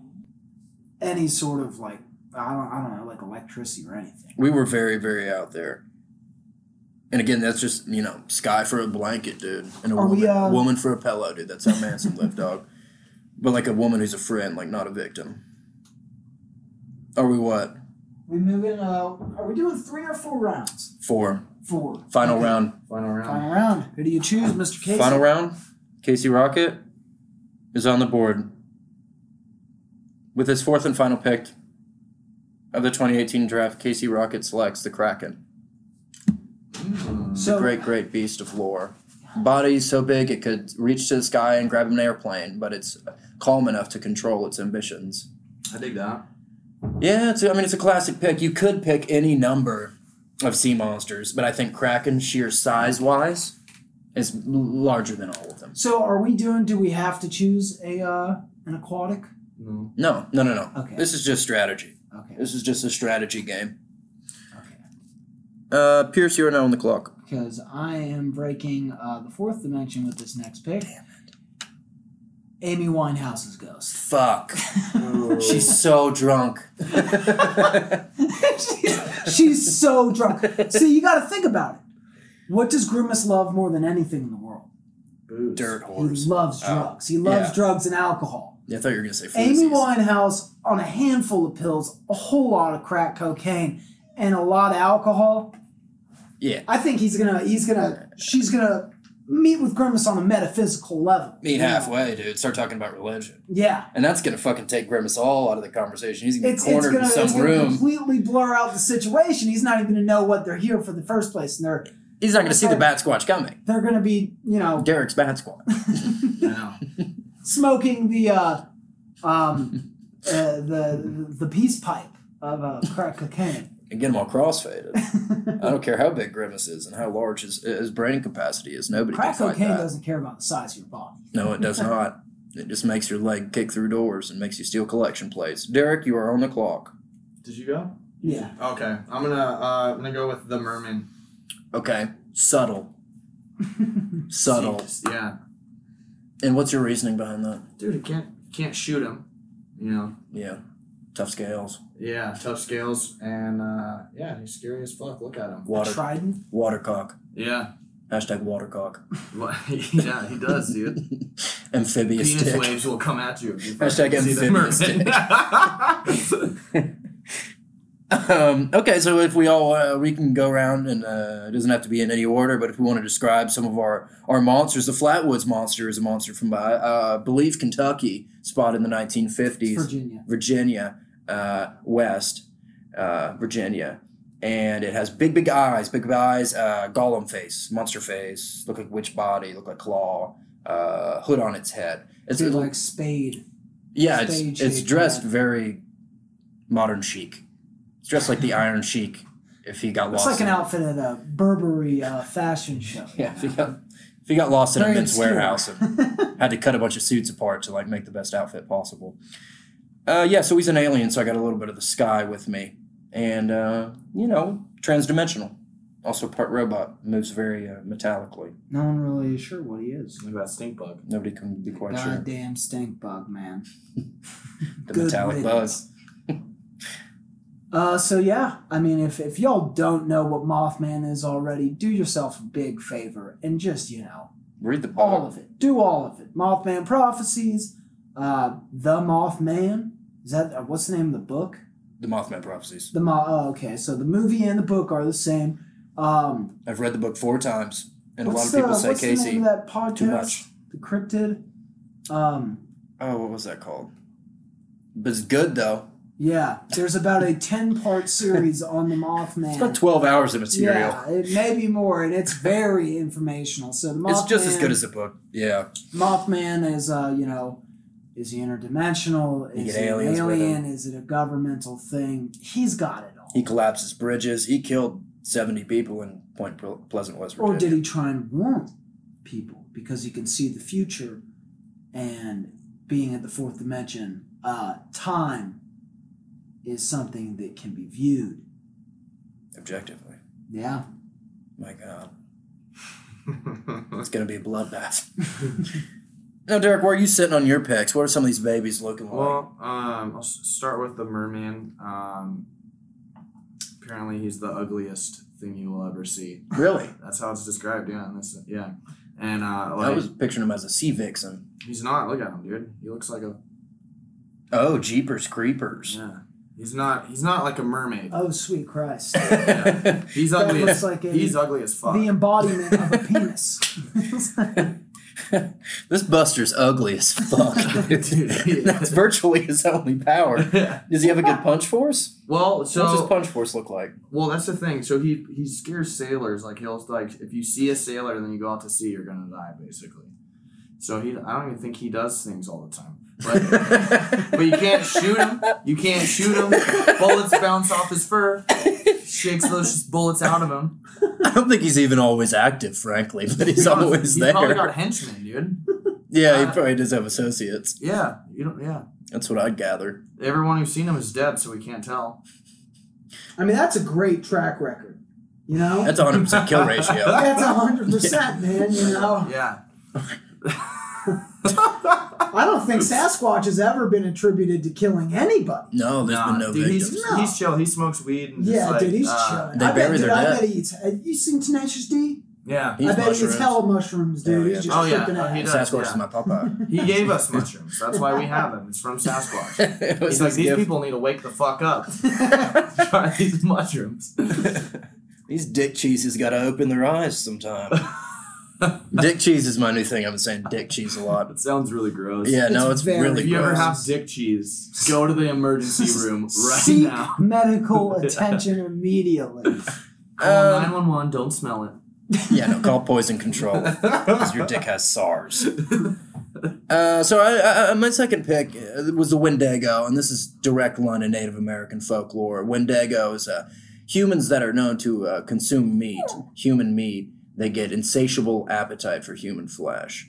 Speaker 1: any sort of like I don't I don't know like electricity or anything.
Speaker 2: We were very, very out there. And again, that's just, you know, sky for a blanket, dude. And a
Speaker 1: Are
Speaker 2: woman,
Speaker 1: we, uh,
Speaker 2: woman for a pillow, dude. That's how Manson lived, dog. But like a woman who's a friend, like not a victim. Are we what?
Speaker 1: We moving uh are we doing three or four rounds?
Speaker 2: Four.
Speaker 1: Four.
Speaker 2: Final
Speaker 1: Okay.
Speaker 2: round.
Speaker 3: Final round.
Speaker 1: Final round. Who do you choose, Mr. Casey?
Speaker 2: Final round. Casey Rocket is on the board. With his fourth and final pick of the 2018 draft, Casey Rocket selects the Kraken,
Speaker 3: Hmm.
Speaker 1: So
Speaker 2: great, great beast of lore. Body so big it could reach to the sky and grab an airplane, but it's calm enough to control its ambitions.
Speaker 3: I dig that.
Speaker 2: Yeah, it's, I mean, it's a classic pick. You could pick any number of sea monsters, but I think Kraken, sheer size wise, is l- larger than all of them.
Speaker 1: so are we doing? Do we have to choose a uh, an aquatic?
Speaker 3: No.
Speaker 2: No, no, no, no.
Speaker 1: Okay.
Speaker 2: This is just strategy.
Speaker 1: Okay.
Speaker 2: This is just a strategy game.
Speaker 1: Okay.
Speaker 2: Uh, Pierce, you are now on the clock.
Speaker 1: Because I am breaking uh, the fourth dimension with this next pick. Amy Winehouse's ghost.
Speaker 2: Fuck. Oh.
Speaker 3: She's
Speaker 2: She's so drunk.
Speaker 1: she's, she's so drunk. See, you got to think about it. What does Grimace love more than anything in the world?
Speaker 3: booze.
Speaker 2: Dirt
Speaker 1: He
Speaker 2: horse.
Speaker 1: loves
Speaker 2: Oh,
Speaker 1: drugs. He loves
Speaker 2: yeah.
Speaker 1: drugs and alcohol.
Speaker 2: Yeah, I thought you were gonna say
Speaker 1: Amy
Speaker 2: floozies.
Speaker 1: Winehouse on a handful of pills, a whole lot of crack cocaine, and a lot of alcohol.
Speaker 2: Yeah.
Speaker 1: I think he's gonna he's gonna she's gonna meet with Grimace on a metaphysical level.
Speaker 2: Meet
Speaker 1: you know?
Speaker 2: halfway, dude. Start talking about religion,
Speaker 1: Yeah.
Speaker 2: and that's gonna fucking take Grimace all out of the conversation. He's gonna be
Speaker 1: It's, it's
Speaker 2: cornered
Speaker 1: gonna,
Speaker 2: in
Speaker 1: it's
Speaker 2: some
Speaker 1: gonna
Speaker 2: room.
Speaker 1: completely blur out the situation. He's not even gonna know what they're here for the first place, and they're
Speaker 2: He's not gonna see the Bat Squatch coming.
Speaker 1: they're gonna be you know
Speaker 2: Derek's Bat Squatch.
Speaker 3: I know.
Speaker 1: smoking the uh, um, uh, the the peace pipe of uh, crack cocaine.
Speaker 2: and get him all crossfaded. I don't care how big Grimace is and how large his, his brain capacity is. Nobody
Speaker 1: crack
Speaker 2: can fight
Speaker 1: cocaine
Speaker 2: that.
Speaker 1: doesn't care about the size of your body.
Speaker 2: No, it does not. It just makes your leg kick through doors and makes you steal collection plates. Derek, you are on the clock.
Speaker 3: Did you go?
Speaker 1: Yeah.
Speaker 3: Okay. I'm gonna uh, I'm gonna go with the merman.
Speaker 2: Okay. Subtle. Subtle.
Speaker 3: Yeah.
Speaker 2: And what's your reasoning behind that?
Speaker 3: Dude, you can't can't shoot him. You know.
Speaker 2: Yeah. Tough scales.
Speaker 3: Yeah. Tough scales and uh, yeah, he's scary as fuck. Look at him.
Speaker 1: A
Speaker 2: Water
Speaker 1: trident.
Speaker 2: watercock.
Speaker 3: Yeah.
Speaker 2: Hashtag watercock.
Speaker 3: Well, yeah, he does, dude.
Speaker 2: Amphibious
Speaker 3: Penis
Speaker 2: dick.
Speaker 3: waves will come at you. If you
Speaker 2: Hashtag
Speaker 3: fucking see the
Speaker 2: amphibious
Speaker 3: merman.
Speaker 2: Um, okay, so if we all uh, we can go around and uh, it doesn't have to be in any order, but if we want to describe some of our our monsters, the Flatwoods monster is a monster from I uh, believe Kentucky, spotted in the
Speaker 1: It's
Speaker 2: 1950s,
Speaker 1: Virginia.
Speaker 2: Virginia, uh, West, uh, Virginia, and it has big big eyes, big eyes, uh, golem face, monster face, look like witch body, look like claw, uh, hood on its head. It's
Speaker 1: Dude, like Spade.
Speaker 2: yeah, it's
Speaker 1: stage
Speaker 2: it's
Speaker 1: shape,
Speaker 2: dressed
Speaker 1: yeah.
Speaker 2: very modern chic. It's dressed like the Iron Sheik if he got
Speaker 1: Looks
Speaker 2: lost.
Speaker 1: like an
Speaker 2: in,
Speaker 1: outfit at a Burberry uh, fashion show.
Speaker 2: Yeah, if he got if he got lost in a
Speaker 1: Very
Speaker 2: men's
Speaker 1: obscure.
Speaker 2: warehouse and had to cut a bunch of suits apart to like make the best outfit possible. Uh, yeah, so he's an alien, so I got a little bit of the sky with me, and uh, you know, transdimensional. Also part robot, moves very uh, metallically.
Speaker 1: no one really is sure what he is.
Speaker 3: Look at that stink bug.
Speaker 2: Nobody can be quite sure.
Speaker 1: Goddamn stink bug, man.
Speaker 2: The
Speaker 1: Good
Speaker 2: metallic
Speaker 1: riddance.
Speaker 2: buzz.
Speaker 1: Uh, so yeah, I mean, if if y'all don't know what Mothman is already, do yourself a big favor and just you know
Speaker 2: Read the book.
Speaker 1: all of it, do all of it. Mothman prophecies, uh, the Mothman. Is that uh, what's the name of the book?
Speaker 2: The Mothman Prophecies.
Speaker 1: The Mo- oh, okay, so the movie and the book are the same. Um,
Speaker 2: I've read the book four times, and a lot
Speaker 1: What's
Speaker 2: of people
Speaker 1: the-
Speaker 2: say
Speaker 1: what's
Speaker 2: Casey.
Speaker 1: The name of that podcast?
Speaker 2: too much.
Speaker 1: The cryptid. Um,
Speaker 2: Oh, what was that called? But it's good though.
Speaker 1: yeah, there's about a ten-part series on the Mothman.
Speaker 2: It's about twelve hours of material.
Speaker 1: Yeah, it may be more, and it's very informational. So the Mothman,
Speaker 2: It's just as good as a book. Yeah.
Speaker 1: Mothman is. Uh, you know, is he interdimensional?
Speaker 2: You
Speaker 1: Is
Speaker 2: get
Speaker 1: he an
Speaker 2: aliens with
Speaker 1: alien? Is it a governmental thing? He's got it all.
Speaker 2: He collapses bridges. He killed seventy people in Point Ple- Pleasant, West Virginia.
Speaker 1: or did he try and warn people because he can see the future and being at the fourth dimension uh, time is something that can be viewed
Speaker 2: Objectively.
Speaker 1: yeah
Speaker 2: My God, it's gonna be a bloodbath. now, Derek, where are you sitting on your picks? What are some of these babies looking like?
Speaker 3: well, um, I'll s- start with the merman. Um, apparently, he's the ugliest thing you will ever see.
Speaker 2: really?
Speaker 3: That's how it's described. Yeah, and this, yeah, and uh,
Speaker 2: I
Speaker 3: like
Speaker 2: was picturing him as a sea vixen.
Speaker 3: he's not. Look at him, dude. He looks like a
Speaker 2: Oh, jeepers creepers.
Speaker 3: yeah. He's not. He's not like a mermaid.
Speaker 1: oh sweet christ
Speaker 3: He's
Speaker 1: That
Speaker 3: ugly.
Speaker 1: looks
Speaker 3: as,
Speaker 1: like a-
Speaker 3: he's ugly as fuck.
Speaker 1: the embodiment of a penis
Speaker 2: this Buster's ugly as fuck.
Speaker 3: Dude, yeah.
Speaker 2: That's virtually his only power. Does he have a good punch force?
Speaker 3: well,
Speaker 2: So, What's his
Speaker 3: so
Speaker 2: punch force look like?
Speaker 3: well, that's the thing. So he he scares sailors. Like he'll like if you see a sailor and then you go out to sea, you're gonna die basically. So he, I don't even think he does things all the time. But but you can't shoot him. You can't shoot him. Bullets bounce off his fur. Shakes those bullets out of him.
Speaker 2: I don't think he's even always active, frankly, but he's
Speaker 3: He probably-
Speaker 2: always
Speaker 3: He probably
Speaker 2: there.
Speaker 3: got henchmen, dude.
Speaker 2: yeah, he
Speaker 3: uh,
Speaker 2: probably does have associates.
Speaker 3: Yeah, you don't. Yeah,
Speaker 2: That's what I'd gather.
Speaker 3: everyone who's seen him is dead, so we can't tell.
Speaker 1: I mean, that's a great track record. You know,
Speaker 2: That's a 100% kill ratio.
Speaker 1: that's a hundred percent, man. You know,
Speaker 3: Yeah.
Speaker 1: I don't think Sasquatch has ever been attributed to killing anybody.
Speaker 2: No, there's
Speaker 3: Nah,
Speaker 2: been no
Speaker 3: dude,
Speaker 2: victims.
Speaker 3: he's,
Speaker 1: No.
Speaker 3: he's chill. He smokes weed and just
Speaker 1: Yeah,
Speaker 3: like,
Speaker 1: dude, he's
Speaker 3: uh,
Speaker 1: chilling.
Speaker 2: they
Speaker 1: I bet,
Speaker 2: bury
Speaker 1: dude,
Speaker 2: their
Speaker 1: I
Speaker 2: dead.
Speaker 1: bet he eats. Have you seen Tenacious D?
Speaker 3: Yeah.
Speaker 1: I
Speaker 2: He's
Speaker 1: bet he eats
Speaker 2: mushrooms.
Speaker 1: hella mushrooms, dude.
Speaker 2: Oh, yeah.
Speaker 1: He's just
Speaker 3: Oh yeah.
Speaker 1: tripping
Speaker 3: Oh,
Speaker 1: out.
Speaker 3: he does.
Speaker 2: Sasquatch is
Speaker 3: yeah.
Speaker 2: my papa.
Speaker 3: He gave us mushrooms. That's why we have them. It's from Sasquatch.
Speaker 2: It was
Speaker 3: He's like,
Speaker 2: his
Speaker 3: these
Speaker 2: gift.
Speaker 3: people need to wake the fuck up. Try these mushrooms.
Speaker 2: These dick cheeses gotta open their eyes sometime. dick cheese is my new thing. I've been saying dick cheese a lot.
Speaker 3: It sounds really gross.
Speaker 2: Yeah, no,
Speaker 1: It's
Speaker 2: it's
Speaker 1: very-
Speaker 2: really
Speaker 3: If you ever
Speaker 2: gross.
Speaker 3: have dick cheese, go to the emergency room right
Speaker 1: Seek
Speaker 3: now.
Speaker 1: medical attention immediately.
Speaker 3: Call
Speaker 2: Um,
Speaker 3: 911. Don't smell it.
Speaker 2: yeah, no, call poison control because Oh, your dick has SARS. Uh, so I, I, my second pick uh, was the Wendigo, and this is direct line of Native American folklore. Wendigo is uh, humans that are known to uh, consume meat, human meat. They get insatiable appetite for human flesh,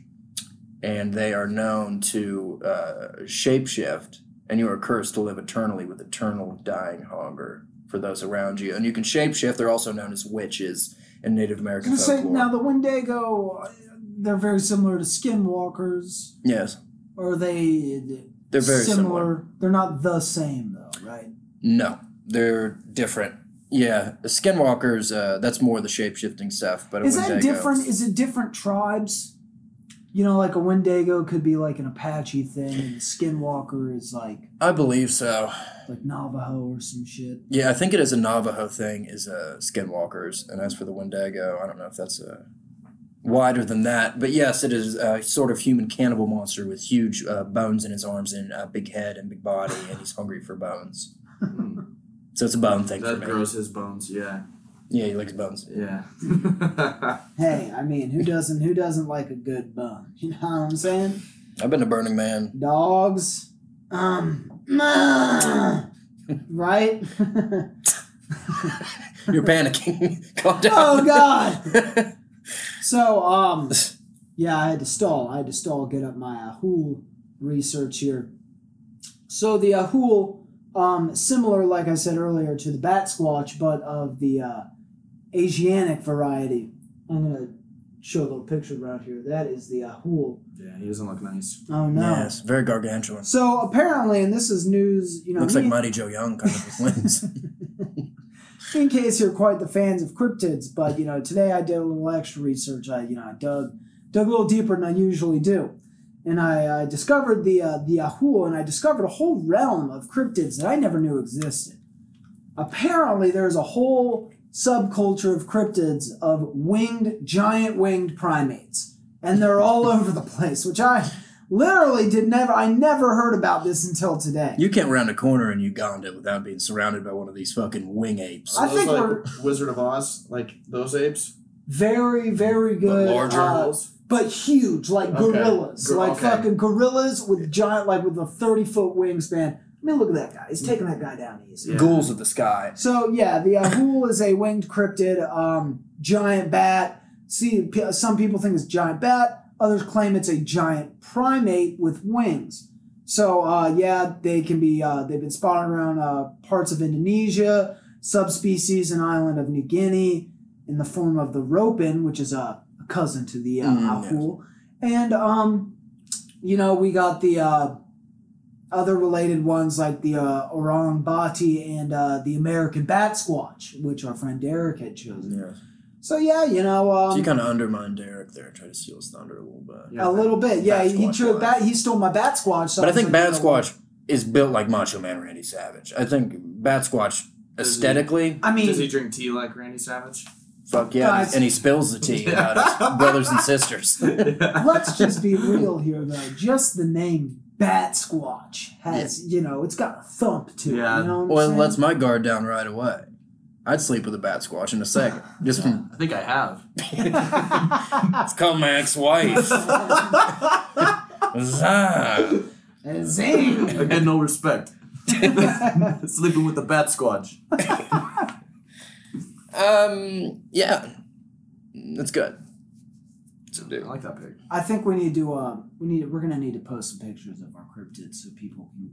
Speaker 2: and they are known to uh, shapeshift. And you are cursed to live eternally with eternal dying hunger for those around you. And you can shapeshift. They're also known as witches in Native
Speaker 1: I
Speaker 2: American
Speaker 1: was gonna
Speaker 2: folklore.
Speaker 1: say, now the Wendigo, they're very similar to skinwalkers.
Speaker 2: yes,
Speaker 1: Or are they
Speaker 2: they're very similar.
Speaker 1: They're not the same though, right?
Speaker 2: No, they're different. Yeah, skinwalkers. Uh, that's more the shape shifting stuff. But a
Speaker 1: Is that
Speaker 2: Wendigo-
Speaker 1: different? Is it different tribes? You know, like a Wendigo could be like an Apache thing, and a Skinwalker is like
Speaker 2: I believe so.
Speaker 1: like Navajo or some shit.
Speaker 2: Yeah, I think it is a Navajo thing. Is uh, skinwalkers, and as for the Wendigo, I don't know if that's uh, wider than that. But yes, it is a sort of human cannibal monster with huge uh, bones in his arms and a big head and big body, and he's hungry for bones.
Speaker 3: Mm.
Speaker 2: So it's a bone thing for
Speaker 3: That
Speaker 2: me.
Speaker 3: grows his bones. Yeah.
Speaker 2: Yeah, he likes bones.
Speaker 3: Yeah.
Speaker 1: Hey, I mean, who doesn't who doesn't like a good bun? You know what I'm saying?
Speaker 2: I've been to Burning Man.
Speaker 1: Dogs, um, right?
Speaker 2: You're panicking. Calm down.
Speaker 1: oh God! So, um, yeah, I had to stall. I had to stall, get up my Ahul research here. So the Ahul, um, similar, like I said earlier, to the Bat Squatch, but of the uh, Asiatic variety. I'm going to show a little picture right here. That is the Ahul.
Speaker 3: yeah. He doesn't look nice.
Speaker 1: Oh, no.
Speaker 2: Yes, very gargantuan.
Speaker 1: So apparently, and this is news, you know,
Speaker 2: Looks like
Speaker 1: me-
Speaker 2: Mighty Joe Young kind of with wings.
Speaker 1: in case you're quite the fans of cryptids, but you know, today I did a little extra research. I you know I dug dug a little deeper than I usually do, and I, I discovered the uh, the Yahoo, and I discovered a whole realm of cryptids that I never knew existed. Apparently, there's a whole subculture of cryptids of winged giant winged primates, and they're all over the place, which I literally did never I never heard about this until today.
Speaker 2: you can't round a corner in Uganda without being surrounded by one of these fucking wing apes.
Speaker 1: I think we're
Speaker 3: Wizard of Oz, like those apes,
Speaker 1: very very good uh, but huge, like
Speaker 3: Okay.
Speaker 1: gorillas,
Speaker 3: Gor-
Speaker 1: like
Speaker 3: okay.
Speaker 1: fucking gorillas with giant, like with a thirty foot wingspan. I mean, look at that guy. He's taking that guy down easy.
Speaker 3: Yeah.
Speaker 2: Ghouls of the sky.
Speaker 1: So yeah, the Ahul is a winged cryptid, um, giant bat. See, p- some people think it's giant bat. Others claim it's a giant primate with wings. So uh, yeah, they can be. Uh, they've been spotted around uh, parts of Indonesia, subspecies and island of New Guinea, in the form of the ropin, which is a, a cousin to the uh,
Speaker 2: Mm, yes.
Speaker 1: ahul. And um, you know, we got the uh, other related ones like the uh, orang bati and uh, the American bat squatch, which our friend Derek had chosen.
Speaker 2: Yeah.
Speaker 1: So yeah, you know, um,
Speaker 2: So you kind of undermined Derek there, try to steal his thunder a little bit.
Speaker 1: a little bit. Yeah,
Speaker 2: Bat
Speaker 1: he
Speaker 2: Squatch
Speaker 1: chose
Speaker 2: was.
Speaker 1: bat. He stole my bat squatch. So
Speaker 2: But I
Speaker 1: was
Speaker 2: think
Speaker 1: like, you
Speaker 2: Bad
Speaker 1: know what?
Speaker 2: Squatch is built like Macho Man Randy Savage. I think Bad Squatch
Speaker 3: Does he-
Speaker 2: aesthetically.
Speaker 1: I mean,
Speaker 3: Does he drink tea like Randy Savage?
Speaker 2: Fuck yeah.
Speaker 1: Guys.
Speaker 2: And he spills the tea about his brothers and sisters.
Speaker 1: Let's just be real here, though. Just the name Bat Squatch has, you know, it's got a thump to it.
Speaker 3: Yeah.
Speaker 1: You know what I'm
Speaker 2: Well, it
Speaker 1: saying?
Speaker 2: lets my guard down right away. I'd sleep with a bat squash in a second. Just from
Speaker 3: I think I have.
Speaker 2: it's called my ex-wife. Zah.
Speaker 1: Zing!
Speaker 3: I had no respect. Sleeping with the bat squatch.
Speaker 2: um, yeah, that's good. That's a
Speaker 3: I
Speaker 2: deal.
Speaker 3: like that pig.
Speaker 1: I think we need to. Uh, we need. We're gonna need to post some pictures of our cryptids so people can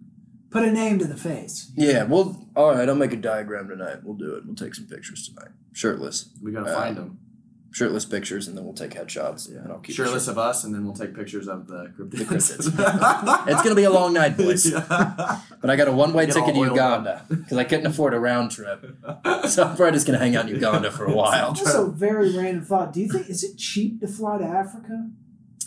Speaker 1: put a name to the face.
Speaker 2: Yeah, well, all right. I'll make a diagram tonight. We'll do it. We'll take some pictures tonight, shirtless,
Speaker 3: We gotta
Speaker 2: Uh,
Speaker 3: find him.
Speaker 2: shirtless pictures, and then we'll take headshots. Yeah, and I'll keep the
Speaker 3: Shirtless
Speaker 2: shirt-
Speaker 3: of us, and then we'll take pictures of the cryptids.
Speaker 2: It's gonna be a long night, boys.
Speaker 3: Yeah.
Speaker 2: But I got a one-way
Speaker 3: Get
Speaker 2: ticket to
Speaker 3: all oiled up.
Speaker 2: Uganda because I couldn't afford a round trip, so I'm probably just gonna hang out in Uganda for a while.
Speaker 1: Also, very random thought. Do you think is it cheap to fly to Africa?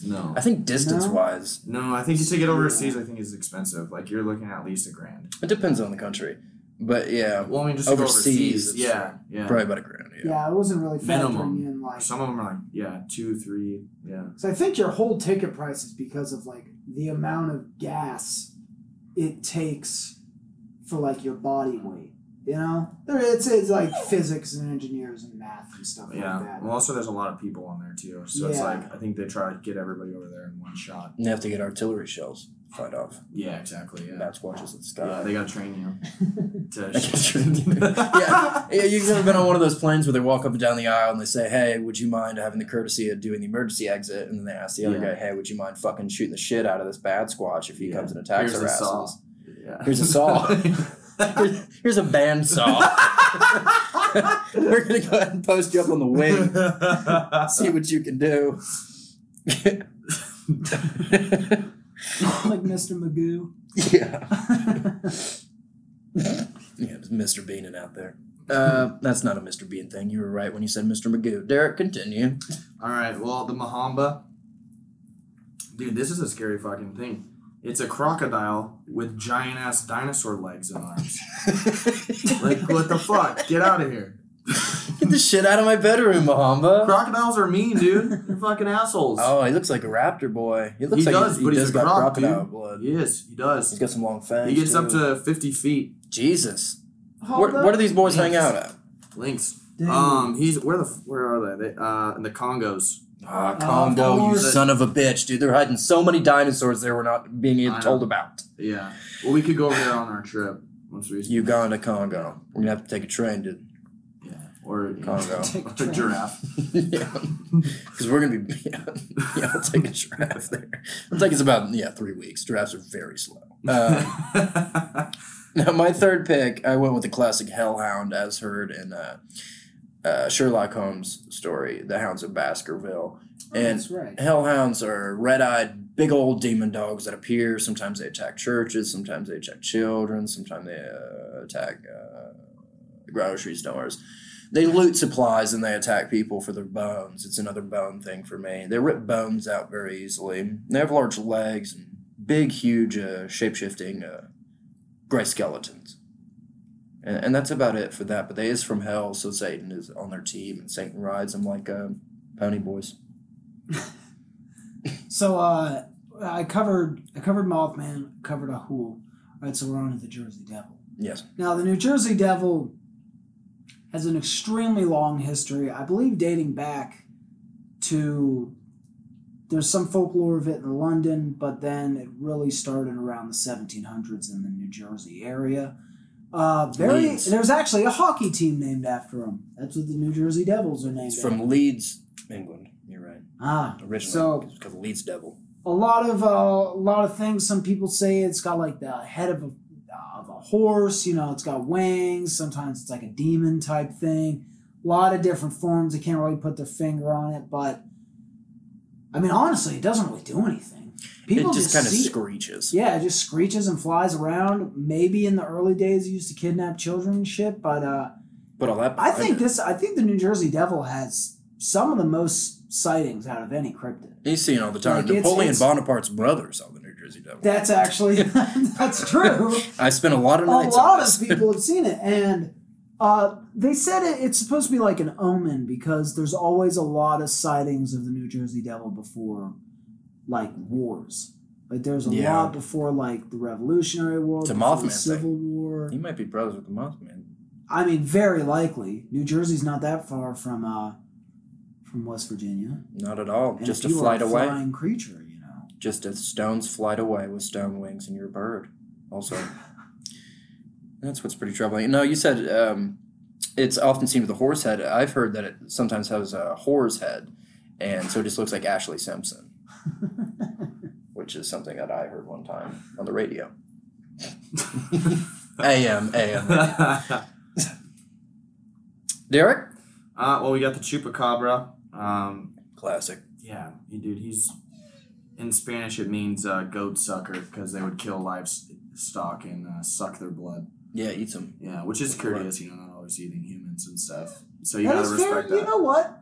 Speaker 3: No.
Speaker 2: I think distance-wise,
Speaker 3: No, I think to take it overseas, I think is expensive. Like you're looking at least a grand.
Speaker 2: It depends on the country, but yeah,
Speaker 3: Well, I mean, just
Speaker 2: Overseas,
Speaker 3: Go overseas.
Speaker 2: it's-
Speaker 3: Yeah, yeah.
Speaker 2: probably about a grand.
Speaker 1: Yeah,
Speaker 2: Yeah.
Speaker 1: I wasn't really
Speaker 3: Minimum.
Speaker 1: factoring in like.
Speaker 3: Some of them are like yeah, two, three. Yeah.
Speaker 1: So I think your whole ticket price is because of like the amount of gas it takes for like your body weight. You know, there it's it's like physics and engineers and math and stuff like
Speaker 3: Yeah.
Speaker 1: that.
Speaker 3: Well, also there's a lot of people on there too, so it's
Speaker 1: Yeah.
Speaker 3: like I think they try to get everybody over there in one shot.
Speaker 2: And they have to get artillery shells fired off.
Speaker 3: Yeah, exactly.
Speaker 2: Yeah.
Speaker 3: Yeah.
Speaker 2: watches at the sky.
Speaker 3: Yeah, they gotta train you to.
Speaker 2: uh, I can train you. Yeah. Yeah, you've never been on one of those planes where they walk up and down the aisle and they say, "Hey, would you mind having the courtesy of doing the emergency exit?" And then they ask the other guy,
Speaker 3: Yeah.
Speaker 2: "Hey, would you mind fucking shooting the shit out of this bad squatch if he
Speaker 3: Yeah.
Speaker 2: comes and attacks
Speaker 3: Here's
Speaker 2: our
Speaker 3: a saw.
Speaker 2: asses?"
Speaker 3: Yeah.
Speaker 2: Here's a saw.
Speaker 3: yeah.
Speaker 2: Here's, here's a band saw. We're gonna go ahead and post you up on the wing. See what you can do.
Speaker 1: like Mr. Magoo.
Speaker 2: yeah. Yeah, it's Mr. Beanin out there. Uh, that's not a Mr. Bean thing. You were right when you said Mr. Magoo. Derek, continue.
Speaker 3: All right. Well, the Mahamba. Dude, this is a scary fucking thing. It's a crocodile with giant ass dinosaur legs and arms. like, what the fuck? Get out of here.
Speaker 2: Get the shit out of my bedroom, Mahamba.
Speaker 3: Crocodiles are mean, dude. They're fucking assholes.
Speaker 2: Oh, he looks like a raptor boy. He looks
Speaker 3: He
Speaker 2: like
Speaker 3: does,
Speaker 2: he,
Speaker 3: but he's
Speaker 2: does
Speaker 3: a
Speaker 2: got
Speaker 3: croc,
Speaker 2: crocodile
Speaker 3: dude.
Speaker 2: blood.
Speaker 3: Yes, he
Speaker 2: He's
Speaker 3: does.
Speaker 2: got some long fangs.
Speaker 3: He gets up
Speaker 2: too.
Speaker 3: to 50 feet.
Speaker 2: Jesus. Where,
Speaker 1: Hold up.
Speaker 2: where do these boys hang out at?
Speaker 3: Lynx.
Speaker 1: Dude.
Speaker 3: Um, he's where the f- where are they? they uh, in the Congos.
Speaker 2: Ah,
Speaker 1: Of
Speaker 2: Congo, you
Speaker 1: course.
Speaker 2: son of a bitch, dude. They're hiding so many dinosaurs there we're not being
Speaker 3: I
Speaker 2: even
Speaker 3: know.
Speaker 2: told about.
Speaker 3: Yeah. Well, we could go over there on our trip once we.
Speaker 2: Uganda, Congo. We're gonna have to take a train to
Speaker 3: Yeah. Or
Speaker 2: Congo.
Speaker 1: Take
Speaker 3: or
Speaker 1: a train.
Speaker 3: giraffe.
Speaker 2: yeah, because we're gonna be yeah, yeah. I'll take a giraffe there. I think it's about yeah three weeks. Giraffes are very slow. Uh, now my third pick, I went with the classic hellhound as heard in uh, uh, Sherlock Holmes story, The Hounds of Baskerville, and
Speaker 1: That's right.
Speaker 2: Hellhounds are red eyed, big old demon dogs that appear. Sometimes they attack churches, sometimes they attack children, sometimes they uh, attack uh, grocery stores. They loot supplies and they attack people for their bones. It's another bone thing for me. They rip bones out very easily. They have large legs and big, huge, uh, shape shifting uh, gray skeletons. And, and that's about it for that. But they is from hell, so Satan is on their team and Satan rides them like uh, pony boys.
Speaker 1: So uh, I covered I covered Mothman, covered a Hool. All right, so we're on to the Jersey Devil.
Speaker 2: Yes.
Speaker 1: Now the New Jersey Devil has an extremely long history, I believe dating back to there's some folklore of it in London, but then it really started around the 1700s in the New Jersey area. Uh, very,
Speaker 2: Leeds.
Speaker 1: there's actually a hockey team named after him. That's what the New Jersey Devils are named.
Speaker 2: It's
Speaker 1: after.
Speaker 2: from Leeds, England. You're right.
Speaker 1: ah,
Speaker 2: Originally,
Speaker 1: So-
Speaker 2: it's called Leeds Devil.
Speaker 1: a lot of uh, a lot of things. Some people say it's got like the head of a of a horse. You know, it's got wings. Sometimes it's like a demon type thing. A lot of different forms. They can't really put their finger on it, but I mean, honestly, it doesn't really do anything. People
Speaker 2: it just,
Speaker 1: kind
Speaker 2: of screeches.
Speaker 1: yeah, it just screeches and flies around. Maybe in the early days, it used to kidnap children and shit, but uh,
Speaker 2: But all that.
Speaker 1: I think this. I think the New Jersey Devil has some of the most sightings out of any cryptid.
Speaker 2: he's seen all the time.
Speaker 1: Like, it's-
Speaker 2: Napoleon
Speaker 1: it's-
Speaker 2: Bonaparte's brother saw the New Jersey Devil.
Speaker 1: That's actually that's true.
Speaker 2: I spent a lot
Speaker 1: a
Speaker 2: of nights. on
Speaker 1: lot
Speaker 2: this.
Speaker 1: of people have seen it, and Uh, they said it, it's supposed to be like an omen because there's always a lot of sightings of the New Jersey Devil before, like wars. Like there's a
Speaker 2: Yeah.
Speaker 1: lot before like the Revolutionary War,
Speaker 2: It's a
Speaker 1: before the
Speaker 2: Mothman
Speaker 1: Civil War.
Speaker 2: He might be brothers with the Mothman.
Speaker 1: I mean, very likely New Jersey's not that far from uh, from West Virginia.
Speaker 2: Not at all.
Speaker 1: And
Speaker 2: just a
Speaker 1: if you were
Speaker 2: flight
Speaker 1: a
Speaker 2: away.
Speaker 1: flying creature, you know.
Speaker 2: Just a stone's flight away with stone wings and you're a bird. Also, that's what's pretty troubling. No, you said um, it's often seen with a horse head. I've heard that it sometimes has a whore's head, and so it just looks like Ashley Simpson, which is something that I heard one time on the radio. AM, AM.
Speaker 3: uh,
Speaker 2: Derek?
Speaker 3: well, we got the chupacabra. Um,
Speaker 2: Classic.
Speaker 3: yeah, he- dude, he's in Spanish it means uh, goat sucker because they would kill livestock and uh, suck their blood.
Speaker 2: Yeah, eats them.
Speaker 3: Yeah, which is curious, you know, not always eating humans and stuff. So you
Speaker 1: That
Speaker 3: gotta
Speaker 1: is very.
Speaker 3: respect
Speaker 1: You know what?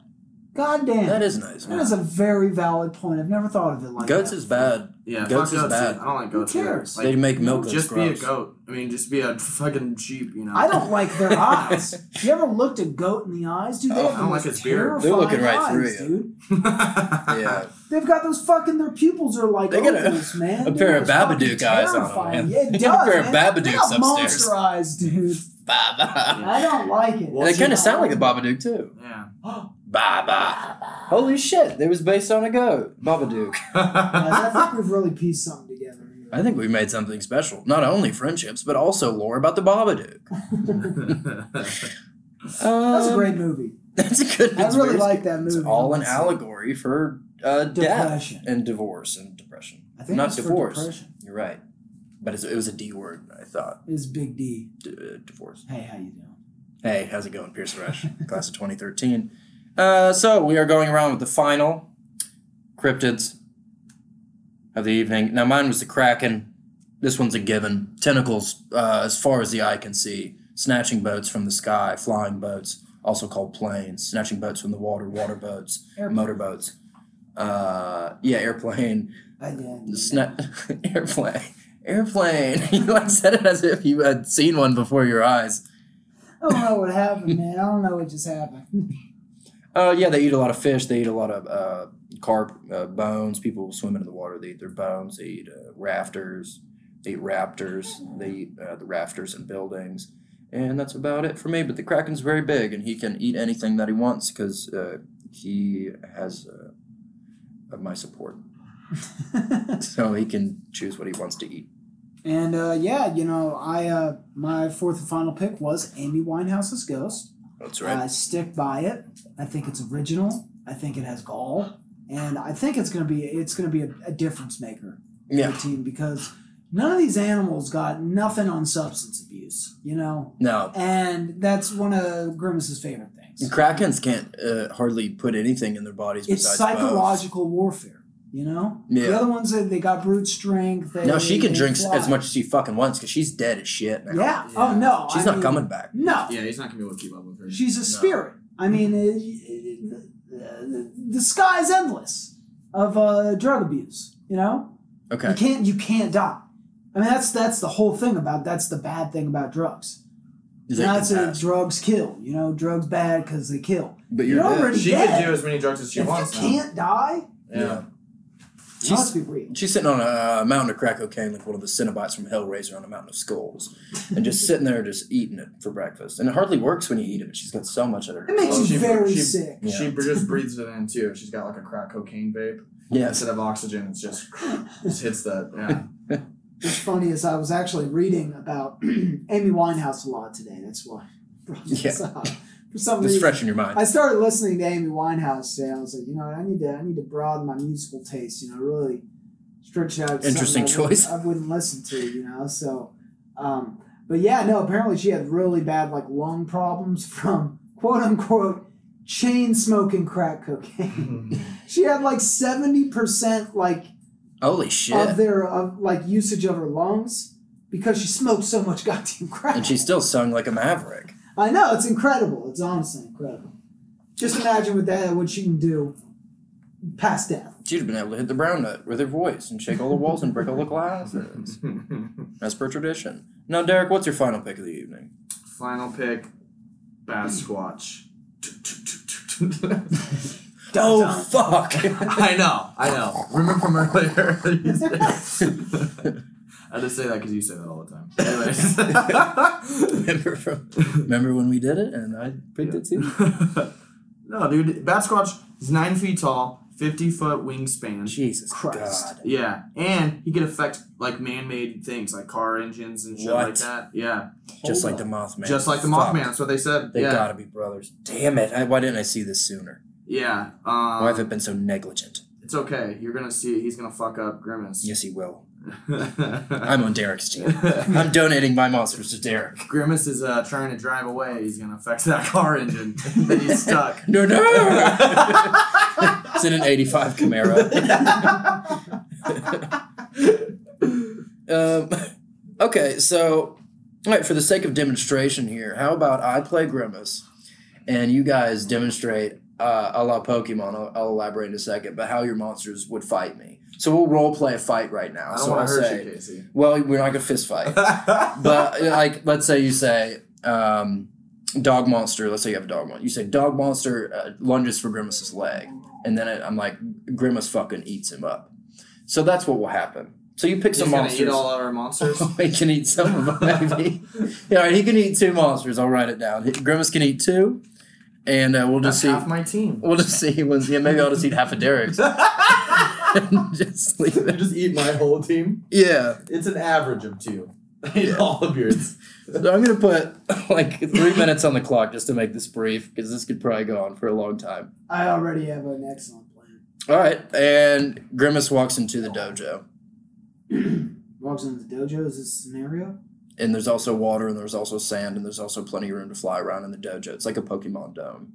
Speaker 1: God damn.
Speaker 2: That is nice.
Speaker 1: That is a very valid point. I've never thought of it like
Speaker 2: Goats
Speaker 1: that.
Speaker 2: is bad.
Speaker 3: Yeah,
Speaker 2: Goats
Speaker 3: fuck
Speaker 2: is
Speaker 3: goats.
Speaker 2: bad.
Speaker 3: dude. I don't like
Speaker 1: Who
Speaker 3: goats.
Speaker 1: cares?
Speaker 3: Either.
Speaker 2: they
Speaker 3: Like,
Speaker 2: make milk that's
Speaker 3: just be
Speaker 2: gross.
Speaker 3: a goat. I mean, just be a fucking sheep. You know.
Speaker 1: I don't like their eyes. You ever looked a goat in the eyes, dude? They have
Speaker 2: Oh,
Speaker 3: I
Speaker 1: the
Speaker 3: don't
Speaker 1: most
Speaker 3: like its beard.
Speaker 1: terrifying
Speaker 2: They're looking right
Speaker 1: eyes,
Speaker 2: through you.
Speaker 1: dude.
Speaker 2: Yeah.
Speaker 1: They've got those fucking their pupils are like
Speaker 2: They got a-
Speaker 1: ovals, man.
Speaker 2: a
Speaker 1: They
Speaker 2: pair
Speaker 1: are
Speaker 2: of
Speaker 1: fucking
Speaker 2: Babadook eyes on them,
Speaker 1: terrifying.
Speaker 2: man.
Speaker 1: Yeah, it
Speaker 2: A
Speaker 1: does,
Speaker 2: pair
Speaker 1: man.
Speaker 2: of
Speaker 1: They
Speaker 2: Babadooks
Speaker 1: got
Speaker 2: upstairs.
Speaker 1: Monster eyes, dude.
Speaker 2: Bye bye.
Speaker 1: I don't like it.
Speaker 3: Well,
Speaker 2: they
Speaker 3: it's
Speaker 2: kind of sound like the Babadook too.
Speaker 3: yeah.
Speaker 2: Bye bye. Holy shit! It was based on a goat, Babadook.
Speaker 1: Guys, I think we've really pieced something together. here.
Speaker 2: I think we made something special. Not only friendships, but also lore about the Babadook. Um,
Speaker 1: That's a great movie.
Speaker 2: That's a good.
Speaker 1: I really
Speaker 2: conspiracy.
Speaker 1: like that
Speaker 2: It's
Speaker 1: movie.
Speaker 2: all an
Speaker 1: honestly.
Speaker 2: allegory for uh, death
Speaker 1: Depression.
Speaker 2: and divorce and depression.
Speaker 1: I think
Speaker 2: Not
Speaker 1: it's for
Speaker 2: divorce.
Speaker 1: depression.
Speaker 2: You're right, but it's, it was a D word. I thought
Speaker 1: It's Big D.
Speaker 2: D- uh, divorce.
Speaker 1: Hey, how you doing?
Speaker 2: Hey, how's it going, Pierce Rush, class of 2013? Uh, so we are going around with the final cryptids of the evening. Now mine was the Kraken. This one's a given. Tentacles, uh, as far as the eye can see, snatching boats from the sky, flying boats, also called planes, snatching boats from the water, water boats,
Speaker 1: Airplane.
Speaker 2: motorboats. Uh, yeah, airplane,
Speaker 1: I did.
Speaker 2: sna- airplane, airplane. you like said it as if you had seen one before your eyes.
Speaker 1: I don't know what happened, man. I don't know what just happened.
Speaker 2: Uh, yeah, they eat a lot of fish. They eat a lot of uh, carp uh, bones. People swim into the water. They eat their bones. They eat uh, rafters. They eat raptors. They eat uh, the rafters and buildings. And that's about it for me. But the kraken's very big, and he can eat anything that he wants because uh, he has uh, uh, my support. So he can choose what he wants to eat.
Speaker 1: and uh, yeah, you know, I uh, my fourth and final pick was Amy Winehouse's Ghost.
Speaker 2: That's
Speaker 1: I stick by it. I think it's original. I think it has gall, and I think it's gonna be it's gonna be a, a difference maker for
Speaker 2: yeah.
Speaker 1: the team because none of these animals got nothing on substance abuse, you know,
Speaker 2: No,
Speaker 1: and that's one of Grimace's favorite things.
Speaker 2: krakens can't uh, hardly put anything in their bodies
Speaker 1: It's
Speaker 2: besides bones.
Speaker 1: psychological warfare, you know. The
Speaker 2: Yeah.
Speaker 1: other ones they, they got brute strength. They,
Speaker 2: No, she can
Speaker 1: they
Speaker 2: drink
Speaker 1: fly.
Speaker 2: as much as she fucking wants because she's dead as shit. Now.
Speaker 1: Yeah.
Speaker 3: Yeah.
Speaker 1: Oh no.
Speaker 2: She's
Speaker 1: I
Speaker 2: not
Speaker 1: mean,
Speaker 2: coming back.
Speaker 1: No.
Speaker 3: yeah, he's not gonna be able to keep up with her.
Speaker 1: She's a spirit. I mean, it, it- the, the sky is endless of uh, drug abuse. You know,
Speaker 2: Okay.
Speaker 1: you can't you can't die. I mean, that's that's the whole thing about that's the bad thing about drugs.
Speaker 2: Is that
Speaker 1: Now
Speaker 2: your
Speaker 1: it's a
Speaker 2: past?
Speaker 1: drugs kill. You know, drugs bad because they kill.
Speaker 2: But
Speaker 1: you're
Speaker 2: you're
Speaker 1: not
Speaker 2: dead.
Speaker 1: already-
Speaker 3: She
Speaker 1: Yeah.
Speaker 3: can do as many drugs as she
Speaker 1: if
Speaker 3: wants.
Speaker 1: you
Speaker 3: now.
Speaker 1: can't die,
Speaker 3: Yeah.
Speaker 1: it must be real.
Speaker 2: She's sitting on a, a mountain of crack cocaine like one of the Cenobites from Hellraiser on a mountain of skulls, and just sitting there just eating it for breakfast. And it hardly works when you eat it, but she's got so much of
Speaker 1: It
Speaker 2: it.
Speaker 1: makes
Speaker 3: Well,
Speaker 1: you
Speaker 3: she-
Speaker 1: very
Speaker 3: she-
Speaker 1: sick.
Speaker 2: Yeah.
Speaker 3: She br- just breathes it in too. She's got like a crack cocaine vape.
Speaker 2: Yes.
Speaker 3: Instead of oxygen, it's just just hits the yeah.
Speaker 1: What's funny is I was actually reading about Amy Winehouse a lot today. That's why. I brought this
Speaker 2: Yeah.
Speaker 1: up. For some
Speaker 2: Just
Speaker 1: reason,
Speaker 2: fresh in your mind.
Speaker 1: I started listening to Amy Winehouse today. I was like, you know, I need to, I need to broaden my musical taste. You know, really stretch it out. to
Speaker 2: Interesting
Speaker 1: something I wouldn't-
Speaker 2: choice.
Speaker 1: I wouldn't listen to, you know. So, um, but yeah, no. Apparently, she had really bad like lung problems from quote unquote chain smoking crack cocaine. she had like seventy percent like
Speaker 2: Holy shit.
Speaker 1: of their of like usage of her lungs because she smoked so much goddamn crack.
Speaker 2: and she still sung like a maverick.
Speaker 1: I know it's incredible. It's honestly incredible. Just imagine what that what she can do past death.
Speaker 2: She'd have been able to hit the brown nut with her voice and shake all the walls and break all the glasses, as per tradition. Now, Derek, what's your final pick of the evening?
Speaker 3: Final pick. Bass Squatch.
Speaker 2: Oh
Speaker 1: Dun,
Speaker 2: fuck!
Speaker 3: I know, I know. Remember from earlier. I just say that because you say that all the time. Anyways.
Speaker 2: remember from remember when we did it and I picked it too.
Speaker 3: no, dude, Bat Squatch is nine feet tall, fifty foot wingspan.
Speaker 2: Jesus
Speaker 1: Christ.
Speaker 2: God!
Speaker 3: Yeah, and he could affect like man-made things like car engines and shit like
Speaker 2: What?
Speaker 3: that. Yeah,
Speaker 2: Just
Speaker 1: Hold
Speaker 2: like the Mothman.
Speaker 3: just like the
Speaker 2: Fuck.
Speaker 3: Mothman. That's what they said.
Speaker 2: They
Speaker 3: yeah,
Speaker 2: gotta be brothers. Damn it! I, why didn't I see this sooner?
Speaker 3: yeah.
Speaker 2: Why have I
Speaker 3: Um,
Speaker 2: been so negligent?
Speaker 3: it's okay. You're gonna see. it. He's gonna fuck up Grimace.
Speaker 2: Yes, he will. I'm on Derek's team. I'm donating my monsters to Derek.
Speaker 3: Grimace is uh, trying to drive away. He's gonna affect that car engine. then he's stuck.
Speaker 2: No, no. It's in an '85 Camaro. um, okay, so all right, for the sake of demonstration here, how about I play Grimace, and you guys demonstrate uh, a la Pokemon. I'll, I'll elaborate in a second, but how your monsters would fight me. So we'll role play a fight right now.
Speaker 3: I don't
Speaker 2: so I'll
Speaker 3: want to hurt
Speaker 2: say,
Speaker 3: you, Casey.
Speaker 2: well, we're not gonna fist fight, but like, let's say you say. Um, dog monster. Let's say you have a dog monster. You say dog monster uh, lunges for Grimace's leg, and then it, I'm like Grimace fucking eats him up. So that's what will happen. So you pick
Speaker 3: he's
Speaker 2: some
Speaker 3: gonna
Speaker 2: monsters.
Speaker 3: eat all our monsters.
Speaker 2: he can eat some of them, maybe. yeah, all right, he can eat two monsters. I'll write it down. He- Grimace can eat two, and uh, we'll
Speaker 3: That's
Speaker 2: just see.
Speaker 3: half my team.
Speaker 2: We'll just see. When's, yeah, maybe I'll just eat half of Derek's. and just leave
Speaker 3: You
Speaker 2: it.
Speaker 3: just eat my whole team.
Speaker 2: Yeah.
Speaker 3: It's an average of two. eat all of yours.
Speaker 2: So I'm gonna put like three minutes on the clock just to make this brief because this could probably go on for a long time.
Speaker 1: I already have an excellent plan.
Speaker 2: All right, and Grimace walks into the dojo,
Speaker 1: Walks into the dojo. Is this scenario?
Speaker 2: and there's also water, and there's also sand, and there's also plenty of room to fly around in the dojo. It's like a Pokemon dome.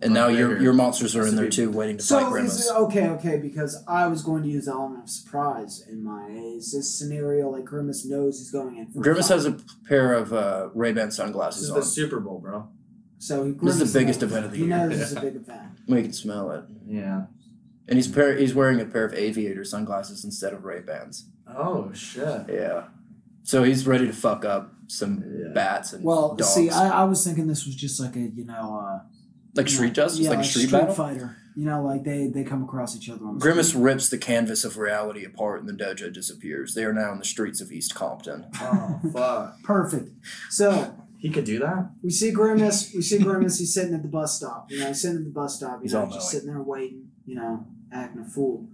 Speaker 2: And now your your monsters are in there too, waiting to fight
Speaker 1: So is
Speaker 2: Grimace.
Speaker 1: it okay? Okay, because I was going to use the element of surprise in my. Is this scenario like Grimace knows he's going in? For a
Speaker 2: Grimace
Speaker 1: fight?
Speaker 2: has a pair of uh, Ray Ban
Speaker 3: This is
Speaker 2: sunglasses
Speaker 3: the
Speaker 2: on.
Speaker 3: Super Bowl, bro.
Speaker 1: So he
Speaker 2: This is the
Speaker 1: Grimace
Speaker 2: biggest
Speaker 1: knows.
Speaker 2: event of the
Speaker 1: he
Speaker 2: year.
Speaker 1: knows it's a big event.
Speaker 2: We can smell it,
Speaker 3: Yeah.
Speaker 2: and he's pair he's wearing a pair of aviator sunglasses instead of Ray Bans.
Speaker 3: Oh shit.
Speaker 2: Yeah, so he's ready to fuck up some
Speaker 3: Yeah.
Speaker 2: bats and
Speaker 1: Well,
Speaker 2: dogs,
Speaker 1: see, I, I was thinking this was just like a you know, uh,
Speaker 2: like street justice,
Speaker 1: yeah,
Speaker 2: like,
Speaker 1: like
Speaker 2: street,
Speaker 1: Street
Speaker 2: battle.
Speaker 1: Fighter. You know, like they they come across each other on the
Speaker 2: Grimace
Speaker 1: street.
Speaker 2: rips the canvas of reality apart and the dojo disappears. They are now in the streets of East Compton.
Speaker 3: Oh fuck.
Speaker 1: Perfect. So
Speaker 3: He could do that.
Speaker 1: we see Grimace. We see Grimace. He's sitting at the bus stop. You know, he's sitting at the bus stop. You
Speaker 2: He's
Speaker 1: know,
Speaker 2: all
Speaker 1: just
Speaker 2: knowing.
Speaker 1: sitting there waiting. You know, acting a fool.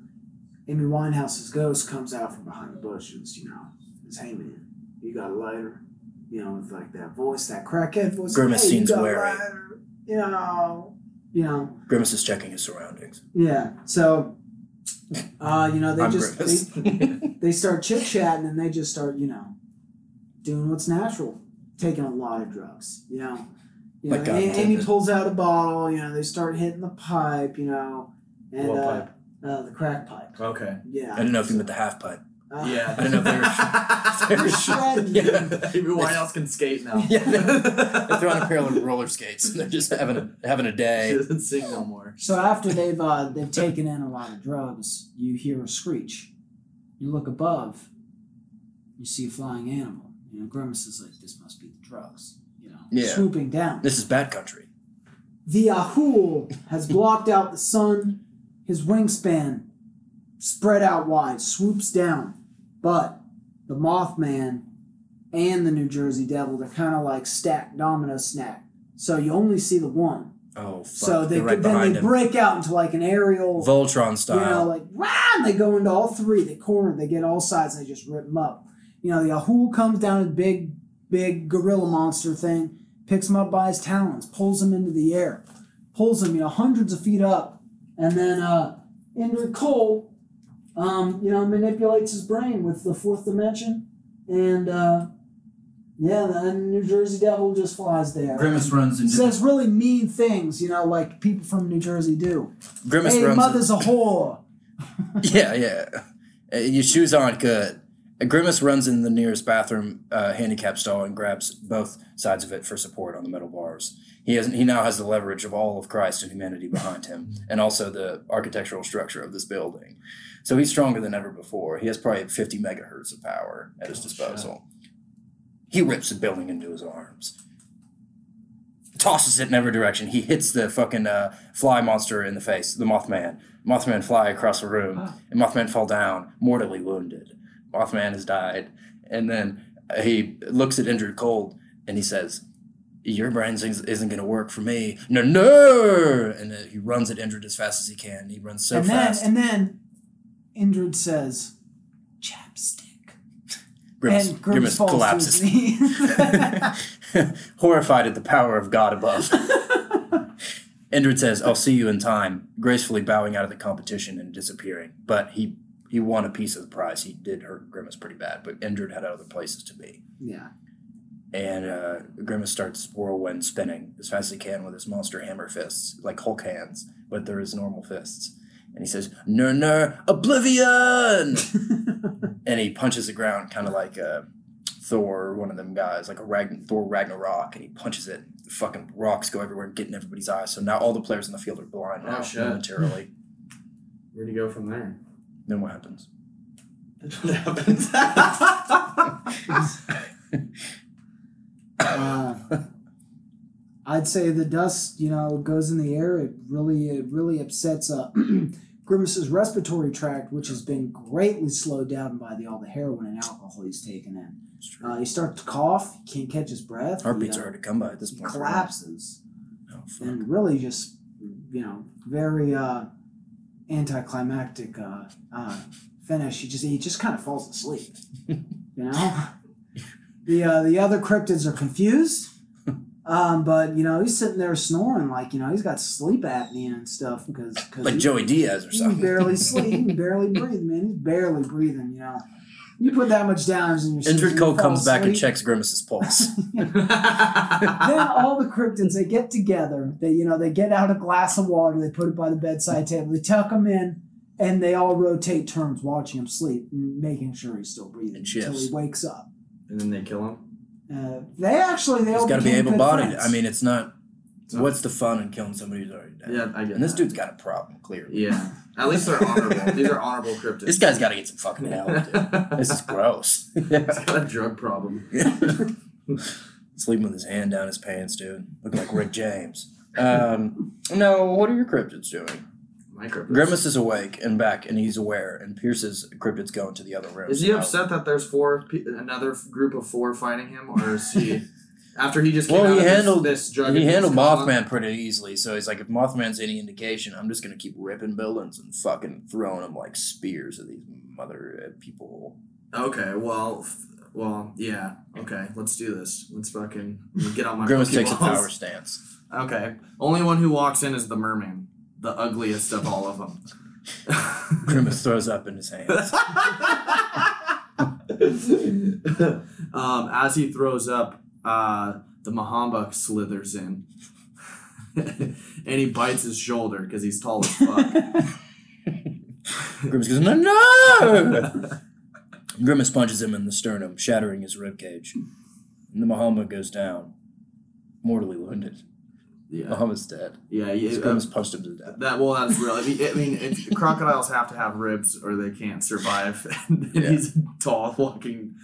Speaker 1: Amy Winehouse's ghost comes out from behind the bushes. You know, says, "Hey man, you got a lighter?" You know, with like that voice, that crackhead voice.
Speaker 2: Grimace
Speaker 1: "Hey, you
Speaker 2: seems
Speaker 1: got a
Speaker 2: wary.
Speaker 1: lighter?" You know, you know.
Speaker 2: Grimace is checking his surroundings.
Speaker 1: Yeah. So, uh, you know, they
Speaker 2: I'm
Speaker 1: just
Speaker 2: Grimace.
Speaker 1: they, they start chit chatting and they just start, you know, doing what's natural, taking a lot of drugs. You know, you
Speaker 2: Like
Speaker 1: know,
Speaker 2: God
Speaker 1: A- Amy
Speaker 2: intended.
Speaker 1: pulls out a bottle. You know, they start hitting the pipe. You know, and
Speaker 3: What
Speaker 1: uh,
Speaker 3: pipe?
Speaker 1: Uh, the crack pipe.
Speaker 3: Okay.
Speaker 2: I
Speaker 1: Yeah.
Speaker 2: didn't know if he meant the half pipe.
Speaker 1: Uh,
Speaker 3: yeah.
Speaker 2: I didn't know if they were- they were
Speaker 1: shredding.
Speaker 2: Yeah.
Speaker 3: Maybe Winehouse can skate now.
Speaker 2: Yeah, They're throwing a pair of roller skates and they're just having a, having a
Speaker 3: She
Speaker 2: day.
Speaker 3: doesn't sing no more.
Speaker 1: So after they've uh, they've taken in a lot of drugs, you hear a screech. You look above. You see a flying animal. You know, Grimace is like, "This must be the drugs." You know,
Speaker 2: Yeah.
Speaker 1: swooping down.
Speaker 2: This is bat country.
Speaker 1: The Ahul has blocked out the sun. His wingspan spread out wide, swoops down. But the Mothman and the New Jersey Devil, they're kind of like stacked domino snack. So you only see the one.
Speaker 2: Oh, fuck.
Speaker 1: so they
Speaker 2: They're right
Speaker 1: then
Speaker 2: behind
Speaker 1: they
Speaker 2: him.
Speaker 1: break out into like an aerial,
Speaker 2: Voltron
Speaker 1: you know,
Speaker 2: style.
Speaker 1: like wow, and they go into all three. They corner, they get all sides, and they just rip them up. You know, the Ahul comes down, a big, big gorilla monster thing, picks him up by his talons, pulls him into the air, pulls him, you know, hundreds of feet up, and then uh, Ender Cole, um, you know, manipulates his brain with the fourth dimension, and uh, yeah, then New Jersey Devil just flies there.
Speaker 2: Grimace runs into
Speaker 1: Says really mean things, you know, like people from New Jersey do.
Speaker 2: Grimace
Speaker 1: hey,
Speaker 2: runs
Speaker 1: mother's a whore.
Speaker 2: Yeah, yeah. Uh, Your shoes aren't good. Uh, Grimace runs in the nearest bathroom uh, handicap stall and grabs both sides of it for support on the metal bars. He has he now has the leverage of all of Christ and humanity behind him, and also the architectural structure of this building. So he's stronger than ever before. He has probably 50 megahertz of power at his
Speaker 3: Oh,
Speaker 2: disposal. He rips the building into his arms. tosses it in every direction. He hits the fucking uh, fly monster in the face, the Mothman. Mothman fly across the room, and Mothman fall down, mortally wounded. Mothman has died, and then uh, he looks at injured Cold, and he says, "Your brain isn't going to work for me." No, no! And uh, he runs at injured as fast as he can. He runs so
Speaker 1: and then
Speaker 2: fast.
Speaker 1: and then Indrid says, "Chapstick."
Speaker 2: Grimace,
Speaker 1: and Grimace,
Speaker 2: Grimace
Speaker 1: falls
Speaker 2: collapses.
Speaker 1: to his knees.
Speaker 2: horrified at the power of God above. Indrid says, "I'll see you in time," gracefully bowing out of the competition and disappearing. But he he won a piece of the prize. He did hurt Grimace pretty bad, but Indrid had other places to be.
Speaker 1: yeah.
Speaker 2: And uh, Grimace starts whirlwind spinning as fast as he can with his monster hammer fists, like Hulk hands, but they're his normal fists. And he says, "Ner ner, oblivion!" and he punches the ground, kind of like uh, Thor, or one of them guys, like a Ragn- Thor Ragnarok, and he punches it. The fucking rocks go everywhere and get in everybody's eyes. So now all the players in the field are blind
Speaker 3: Oh,
Speaker 2: now
Speaker 3: shit.
Speaker 2: momentarily.
Speaker 3: Where'd you go from there?
Speaker 2: Then what happens?
Speaker 1: Uh, I'd say the dust, you know, goes in the air. It really, it really upsets uh, Grimace's respiratory tract, which has been greatly slowed down by the all the heroin and alcohol he's taken in.
Speaker 2: It's true.
Speaker 1: Uh, he starts to cough. He can't catch his breath. he,
Speaker 2: Heartbeats
Speaker 1: uh,
Speaker 2: are hard to come by at this
Speaker 1: He
Speaker 2: point.
Speaker 1: collapses.
Speaker 2: Oh, fuck.
Speaker 1: and really just you know very uh anticlimactic uh, uh finish he just he just kind of falls asleep you know the uh, the other cryptids are confused um but you know he's sitting there snoring like you know he's got sleep apnea and stuff because cause
Speaker 2: Like
Speaker 1: he-
Speaker 2: Joey Diaz or
Speaker 1: he can
Speaker 2: something.
Speaker 1: barely sleep he can barely breathe man he's barely breathing you know you put that much damage in your system,
Speaker 2: Injured
Speaker 1: you
Speaker 2: Cole
Speaker 1: fall
Speaker 2: comes back and
Speaker 1: asleep
Speaker 2: checks Grimace's pulse.
Speaker 1: then all the cryptids they get together. They you know they get out a glass of water. They put it by the bedside table. They tuck him in, and they all rotate turns watching him sleep, and making sure he's still breathing
Speaker 2: And
Speaker 1: until he
Speaker 2: shifts.
Speaker 1: wakes up.
Speaker 3: and then they kill him.
Speaker 1: Uh, they actually they
Speaker 2: He's
Speaker 1: all
Speaker 2: got to be
Speaker 1: became good
Speaker 2: able-bodied.
Speaker 1: friends.
Speaker 2: I mean, it's not.
Speaker 3: So-
Speaker 2: What's the fun in killing somebody who's already dead?
Speaker 3: Yeah, I get
Speaker 2: And this
Speaker 3: that.
Speaker 2: dude's got a problem, clearly.
Speaker 3: Yeah. At least they're honorable. These are honorable cryptids.
Speaker 2: This guy's got to get some fucking help. Dude. This is gross.
Speaker 3: He's got a drug problem.
Speaker 2: Sleeping with his hand down his pants, dude. Looking like Rick James. Um, no, what are your cryptids doing?
Speaker 3: My cryptids.
Speaker 2: Grimace is awake and back, and he's aware, and Pierce's cryptids go into the other room.
Speaker 3: Is he
Speaker 2: So-
Speaker 3: upset that there's four pe- another f- group of four fighting him, or is he after he just came
Speaker 2: Well,
Speaker 3: out
Speaker 2: he
Speaker 3: of this-
Speaker 2: handled-
Speaker 3: this, drug?
Speaker 2: He
Speaker 3: abuse
Speaker 2: handled
Speaker 3: coma?
Speaker 2: Mothman pretty easily, so he's like, if Mothman's any indication, I'm just gonna keep ripping buildings and fucking throwing them like spears at these mother uh, people.
Speaker 3: Okay, well, f- well, yeah. Okay, let's do this. Let's fucking get out my
Speaker 2: Grimace
Speaker 3: monkey
Speaker 2: takes a
Speaker 3: balls.
Speaker 2: power stance.
Speaker 3: Okay, only one who walks in is the merman, the ugliest of all of them.
Speaker 2: Grimace throws up in his hands.
Speaker 3: um, as he throws up, uh, the Mahamba slithers in. and he bites his shoulder because he's tall as fuck.
Speaker 2: Grimace goes, no, no! Grimace punches him in the sternum, shattering his ribcage. And the Mahama goes down, mortally wounded.
Speaker 3: yeah,
Speaker 2: Mahama's dead.
Speaker 3: yeah.
Speaker 2: So
Speaker 3: yeah uh,
Speaker 2: Grimace punched him to death.
Speaker 3: that well, that's real. I mean, I mean if, crocodiles have to have ribs or they can't survive. and
Speaker 2: Yeah.
Speaker 3: he's a tall, walking.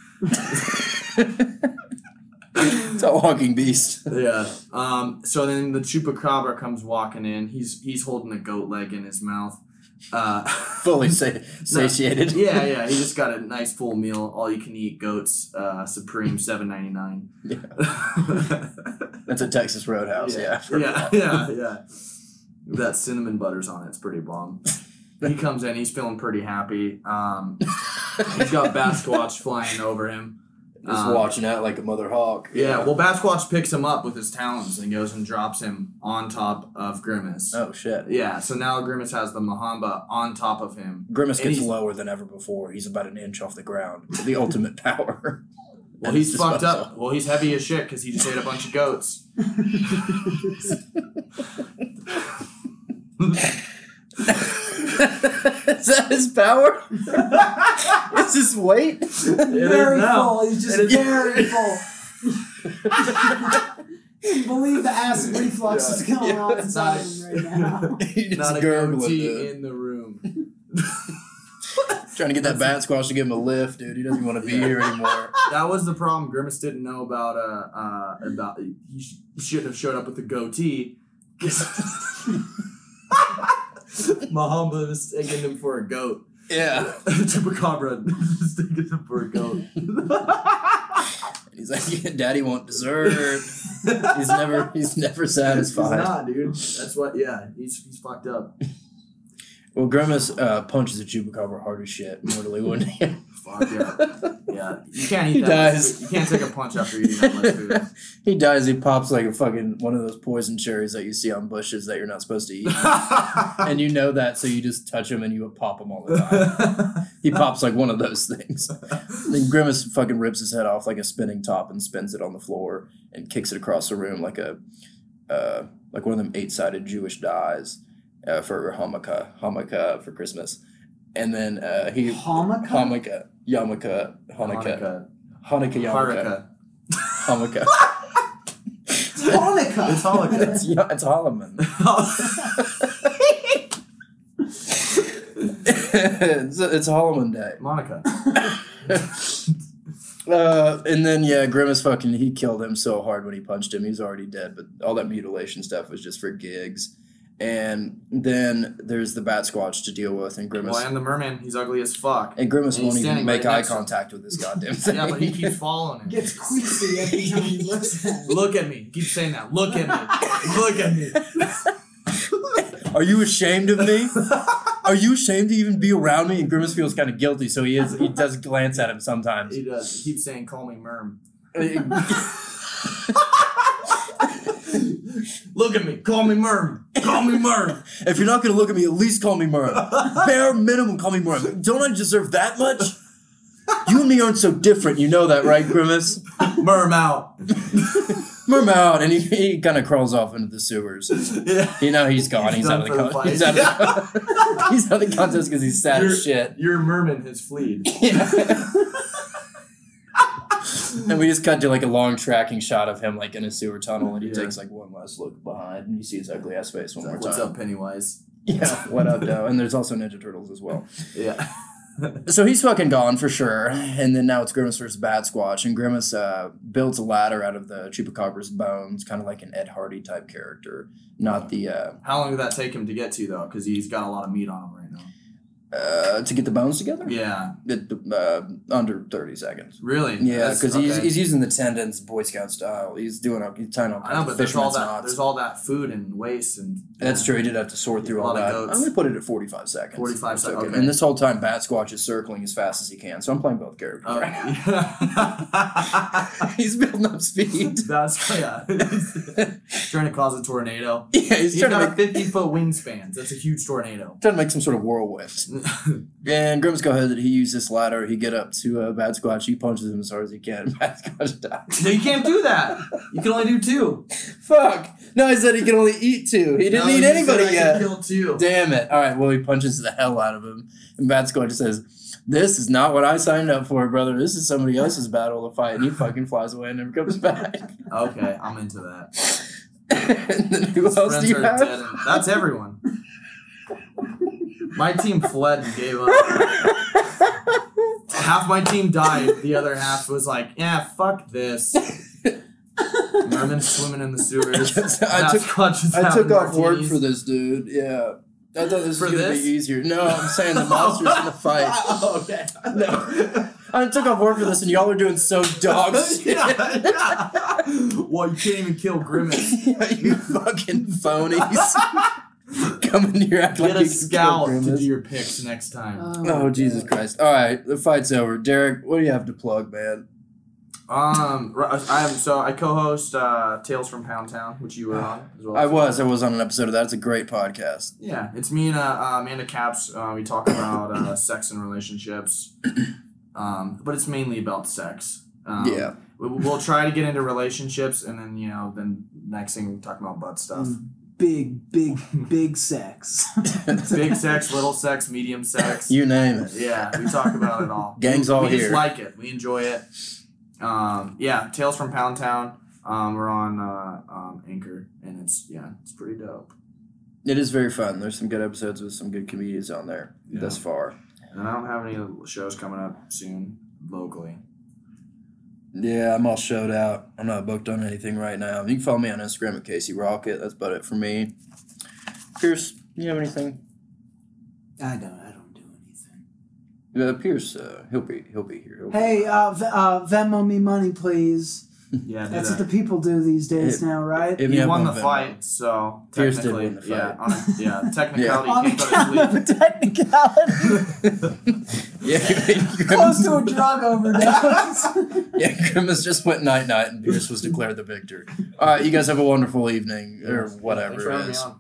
Speaker 2: It's a walking beast.
Speaker 3: Yeah. Um. So then the chupacabra comes walking in. He's he's holding a goat leg in his mouth. Uh,
Speaker 2: Fully sa- satiated.
Speaker 3: yeah, yeah. He just got a nice full meal, all you can eat goats, uh, Supreme, seven ninety nine. Yeah.
Speaker 2: That's a Texas Roadhouse, yeah.
Speaker 3: yeah, yeah, yeah. That cinnamon butter's on it. It's pretty bomb. He comes in. He's feeling pretty happy. Um, he's got Basquatch flying over him.
Speaker 2: Just
Speaker 3: Um,
Speaker 2: watching out like a mother hawk.
Speaker 3: Yeah. Well, Basquatch picks him up with his talons and goes and drops him on top of Grimace.
Speaker 2: Oh shit.
Speaker 3: Yeah. So now Grimace has the Mahamba on top of him.
Speaker 2: Grimace
Speaker 3: And
Speaker 2: gets
Speaker 3: he's-
Speaker 2: lower than ever before. He's about an inch off the ground. The ultimate power.
Speaker 3: Well,
Speaker 2: At
Speaker 3: he's
Speaker 2: his
Speaker 3: fucked
Speaker 2: disposal.
Speaker 3: up. Well, he's heavy as shit because he just ate a bunch of goats.
Speaker 2: Is that his power? Is his weight?
Speaker 1: very
Speaker 3: is now.
Speaker 1: full. He's just
Speaker 3: It is-
Speaker 1: very full. Can't Believe the acid reflux is going
Speaker 2: Yeah.
Speaker 1: on inside him right now.
Speaker 2: He's
Speaker 3: Not a
Speaker 2: gurgling,
Speaker 3: goatee
Speaker 2: dude.
Speaker 3: in the room.
Speaker 2: Trying to get that bat squash to give him a lift, dude. He doesn't want to be here anymore.
Speaker 3: That was the problem. Grimace didn't know about uh, uh about he sh- shouldn't have showed up with a goatee. Mahamba was taking him for a goat.
Speaker 2: Yeah.
Speaker 3: Chupacabra was taking him for a goat.
Speaker 2: And he's like, yeah, Daddy won't dessert. He's never he's never satisfied.
Speaker 3: He's not, dude. That's what. Yeah, he's he's fucked up.
Speaker 2: Well, Grimace uh, punches a chupacabra hard as shit, mortally wounding him.
Speaker 3: Fuck yeah. Yeah, you can't eat
Speaker 2: He
Speaker 3: that. much
Speaker 2: dies.
Speaker 3: food. You can't take a punch after eating that much food.
Speaker 2: he dies. He pops like a fucking one of those poison cherries that you see on bushes that you're not supposed to eat, and you know that, so you just touch him and you pop him all the time. He pops like one of those things. Then Grimace fucking rips his head off like a spinning top and spins it on the floor and kicks it across the room like a uh, like one of them eight sided Jewish dies uh, for Hanukkah Hanukkah for Christmas, and then uh, he
Speaker 1: Hanukkah?
Speaker 2: Hanukkah Yarmulke, Hanukkah
Speaker 3: Hanukkah.
Speaker 2: Hanukkah Yarmulke Hanukkah.
Speaker 3: Hanukkah.
Speaker 1: Hanukkah.
Speaker 3: It's Hanukkah.
Speaker 2: It's yeah, it's Holloman. it's, it's Holloman Day.
Speaker 3: Monica.
Speaker 2: Uh, and then yeah, Grimace fucking he killed him so hard when he punched him. He's already dead, but all that mutilation stuff was just for gigs. And then there's the Bat Squatch to deal with, and Grimace
Speaker 3: Well, and the merman, he's ugly as fuck.
Speaker 2: and Grimace
Speaker 3: and he's
Speaker 2: won't even
Speaker 3: standing
Speaker 2: make
Speaker 3: right
Speaker 2: eye
Speaker 3: next to him.
Speaker 2: contact with this goddamn thing.
Speaker 3: Yeah, but he keeps following him.
Speaker 1: Gets queasy every time he looks at it.
Speaker 3: Look at me. Keep saying that. Look at me. Look at me.
Speaker 2: Are you ashamed of me? Are you ashamed to even be around me? And Grimace feels kind of guilty, so he is he does glance at him sometimes.
Speaker 3: He does. He keeps saying, "Call me Merm." Look at me. Call me Merm. Call me Merm.
Speaker 2: If you're not gonna look at me, at least call me Merm. Bare minimum, call me Merm. Don't I deserve that much? You and me aren't so different, you know that, right, Grimace?
Speaker 3: Merm out.
Speaker 2: Merm out, and he, he kind of crawls off into the sewers.
Speaker 3: Yeah.
Speaker 2: You know he's gone.
Speaker 3: He's
Speaker 2: He's, out, of
Speaker 3: done
Speaker 2: the
Speaker 3: for the
Speaker 2: con- he's, out of the he's out of the contest because he's sad
Speaker 3: Your,
Speaker 2: as shit.
Speaker 3: your merman has fleed.
Speaker 2: and we just cut to like a long tracking shot of him like in a sewer tunnel, and he
Speaker 3: Yeah.
Speaker 2: takes like one last look behind, and you see his ugly ass face one more
Speaker 3: What's
Speaker 2: time.
Speaker 3: up, Pennywise?
Speaker 2: Yeah, what up, though? And there's also Ninja Turtles as well.
Speaker 3: Yeah.
Speaker 2: So he's fucking gone for sure. And then now it's Grimace versus Bat Squatch. And Grimace uh, builds a ladder out of the Chupacabra's bones, kind of like an Ed Hardy type character. Not the, uh,
Speaker 3: How long did that take him to get to though? Because he's got a lot of meat on him right now.
Speaker 2: uh, to get the bones together?
Speaker 3: Yeah.
Speaker 2: It- uh, under 30 seconds.
Speaker 3: Really?
Speaker 2: Yeah,
Speaker 3: That's-
Speaker 2: because he's,
Speaker 3: okay.
Speaker 2: he's using the tendons, Boy Scout style. He's doing all, he's tying all
Speaker 3: I know,
Speaker 2: kinds
Speaker 3: but
Speaker 2: of
Speaker 3: there's all
Speaker 2: fisherman's
Speaker 3: that
Speaker 2: knots.
Speaker 3: there's all that food and waste and
Speaker 2: That's true. He did have to sort through
Speaker 3: A
Speaker 2: all
Speaker 3: lot of
Speaker 2: that.
Speaker 3: goats.
Speaker 2: I'm gonna put it at 45 seconds.
Speaker 3: 45
Speaker 2: It's
Speaker 3: sec- okay.
Speaker 2: And this whole time, Bat Squatch is circling as fast as he can. So I'm playing both characters.
Speaker 3: Oh,
Speaker 2: right now.
Speaker 3: yeah.
Speaker 2: he's building up speed.
Speaker 3: That's yeah. trying to cause a tornado.
Speaker 2: yeah, he's,
Speaker 3: He's
Speaker 2: trying to
Speaker 3: got
Speaker 2: make,
Speaker 3: fifty foot wingspans. That's a huge tornado.
Speaker 2: trying to make some sort of whirlwind. And Grimm's go ahead that he used this ladder. He get up to uh, Bad Squatch. He punches him as hard as he can. Bad Squatch dies.
Speaker 3: No, you can't do that. You can only do two.
Speaker 2: Fuck. No, he said he could only eat two. He didn't
Speaker 3: No,
Speaker 2: eat
Speaker 3: you
Speaker 2: anybody
Speaker 3: said I
Speaker 2: yet.
Speaker 3: can Kill two.
Speaker 2: Damn it. All right. Well, he punches the hell out of him. And Bad Squatch says, This is not what I signed up for, brother. This is somebody else's battle to fight. And he fucking flies away and never comes back.
Speaker 3: Okay, I'm into that.
Speaker 2: and then who
Speaker 3: His
Speaker 2: else do
Speaker 3: friends
Speaker 2: you
Speaker 3: are
Speaker 2: have?
Speaker 3: dead. And that's everyone. My team fled and gave up. Half my team died. The other half was like, "Yeah, fuck this." Merman swimming in the sewers.
Speaker 2: I
Speaker 3: That's
Speaker 2: took-
Speaker 3: clutches
Speaker 2: I
Speaker 3: out
Speaker 2: took off work
Speaker 3: martinis.
Speaker 2: for this, dude. Yeah. I thought this
Speaker 3: For
Speaker 2: was going to
Speaker 3: this?
Speaker 2: be easier. No, I'm saying the monster's in the fight.
Speaker 3: Oh, okay.
Speaker 2: No. I took off work for this, and y'all are doing so dog shit.
Speaker 3: well, you can't even kill Grimace.
Speaker 2: Yeah, you fucking phonies. Come in here, act
Speaker 3: Get
Speaker 2: like
Speaker 3: a
Speaker 2: you can kill
Speaker 3: scallop to
Speaker 2: Grimace.
Speaker 3: do your picks next time.
Speaker 1: Uh,
Speaker 2: Oh Jesus Christ! All right, the fight's over. Derek, what do you have to plug, man?
Speaker 3: Um, ri- I am so I co-host uh, Tales from Pound Town, which you were on as well.
Speaker 2: I was, I was on an episode of that. It's a great podcast.
Speaker 3: Yeah, it's me and uh, uh, Amanda Caps. Uh, we talk about uh, sex and relationships, um, but it's mainly about sex. Um,
Speaker 2: Yeah.
Speaker 3: we, we'll try to get into relationships, and then you know, then next thing we talk about butt stuff.
Speaker 1: Mm.
Speaker 2: Mm.
Speaker 1: Big, big, big sex.
Speaker 3: Big sex, little sex, medium sex.
Speaker 2: You name it.
Speaker 3: Yeah, we talk about it all.
Speaker 2: Gang's
Speaker 3: we,
Speaker 2: all
Speaker 3: we
Speaker 2: here.
Speaker 3: just like it. We enjoy it. Um, yeah, Tales from Pound Town. Um, we're on uh, um, Anchor, and it's yeah, it's pretty dope.
Speaker 2: It is very fun. There's some good episodes with some good comedians on there
Speaker 3: Yeah.
Speaker 2: thus far.
Speaker 3: And I don't have any shows coming up soon locally.
Speaker 2: Yeah, I'm all showed out. I'm not booked on anything right now. You can follow me on Instagram at Casey Rocket. That's about it for me. Pierce, you have anything?
Speaker 1: I don't. I don't do anything.
Speaker 2: Uh, Pierce, uh, he'll be he'll be here. He'll be-
Speaker 1: Hey, uh, v- uh, Venmo me money, please.
Speaker 3: Yeah, do
Speaker 1: That's
Speaker 3: that.
Speaker 1: what the people do these days now, right?
Speaker 2: Hit me
Speaker 3: He
Speaker 2: up
Speaker 3: won
Speaker 2: on
Speaker 3: the
Speaker 2: Venmo.
Speaker 3: fight, so
Speaker 2: Pierce did
Speaker 3: technically,
Speaker 2: win the
Speaker 3: yeah,
Speaker 2: fight.
Speaker 3: on a, yeah,
Speaker 2: Yeah.
Speaker 3: technicality,
Speaker 1: On
Speaker 3: you can't go
Speaker 1: account
Speaker 3: to
Speaker 1: of technicality,
Speaker 2: Yeah,
Speaker 1: close
Speaker 2: Grimace,
Speaker 1: to a drug overdose.
Speaker 2: yeah, Grimace just went night night, and Pierce was declared the victor. All right, you guys have a wonderful evening or
Speaker 3: sleep. Thanks
Speaker 2: whatever
Speaker 3: for
Speaker 2: it
Speaker 3: having me
Speaker 2: is.
Speaker 3: on.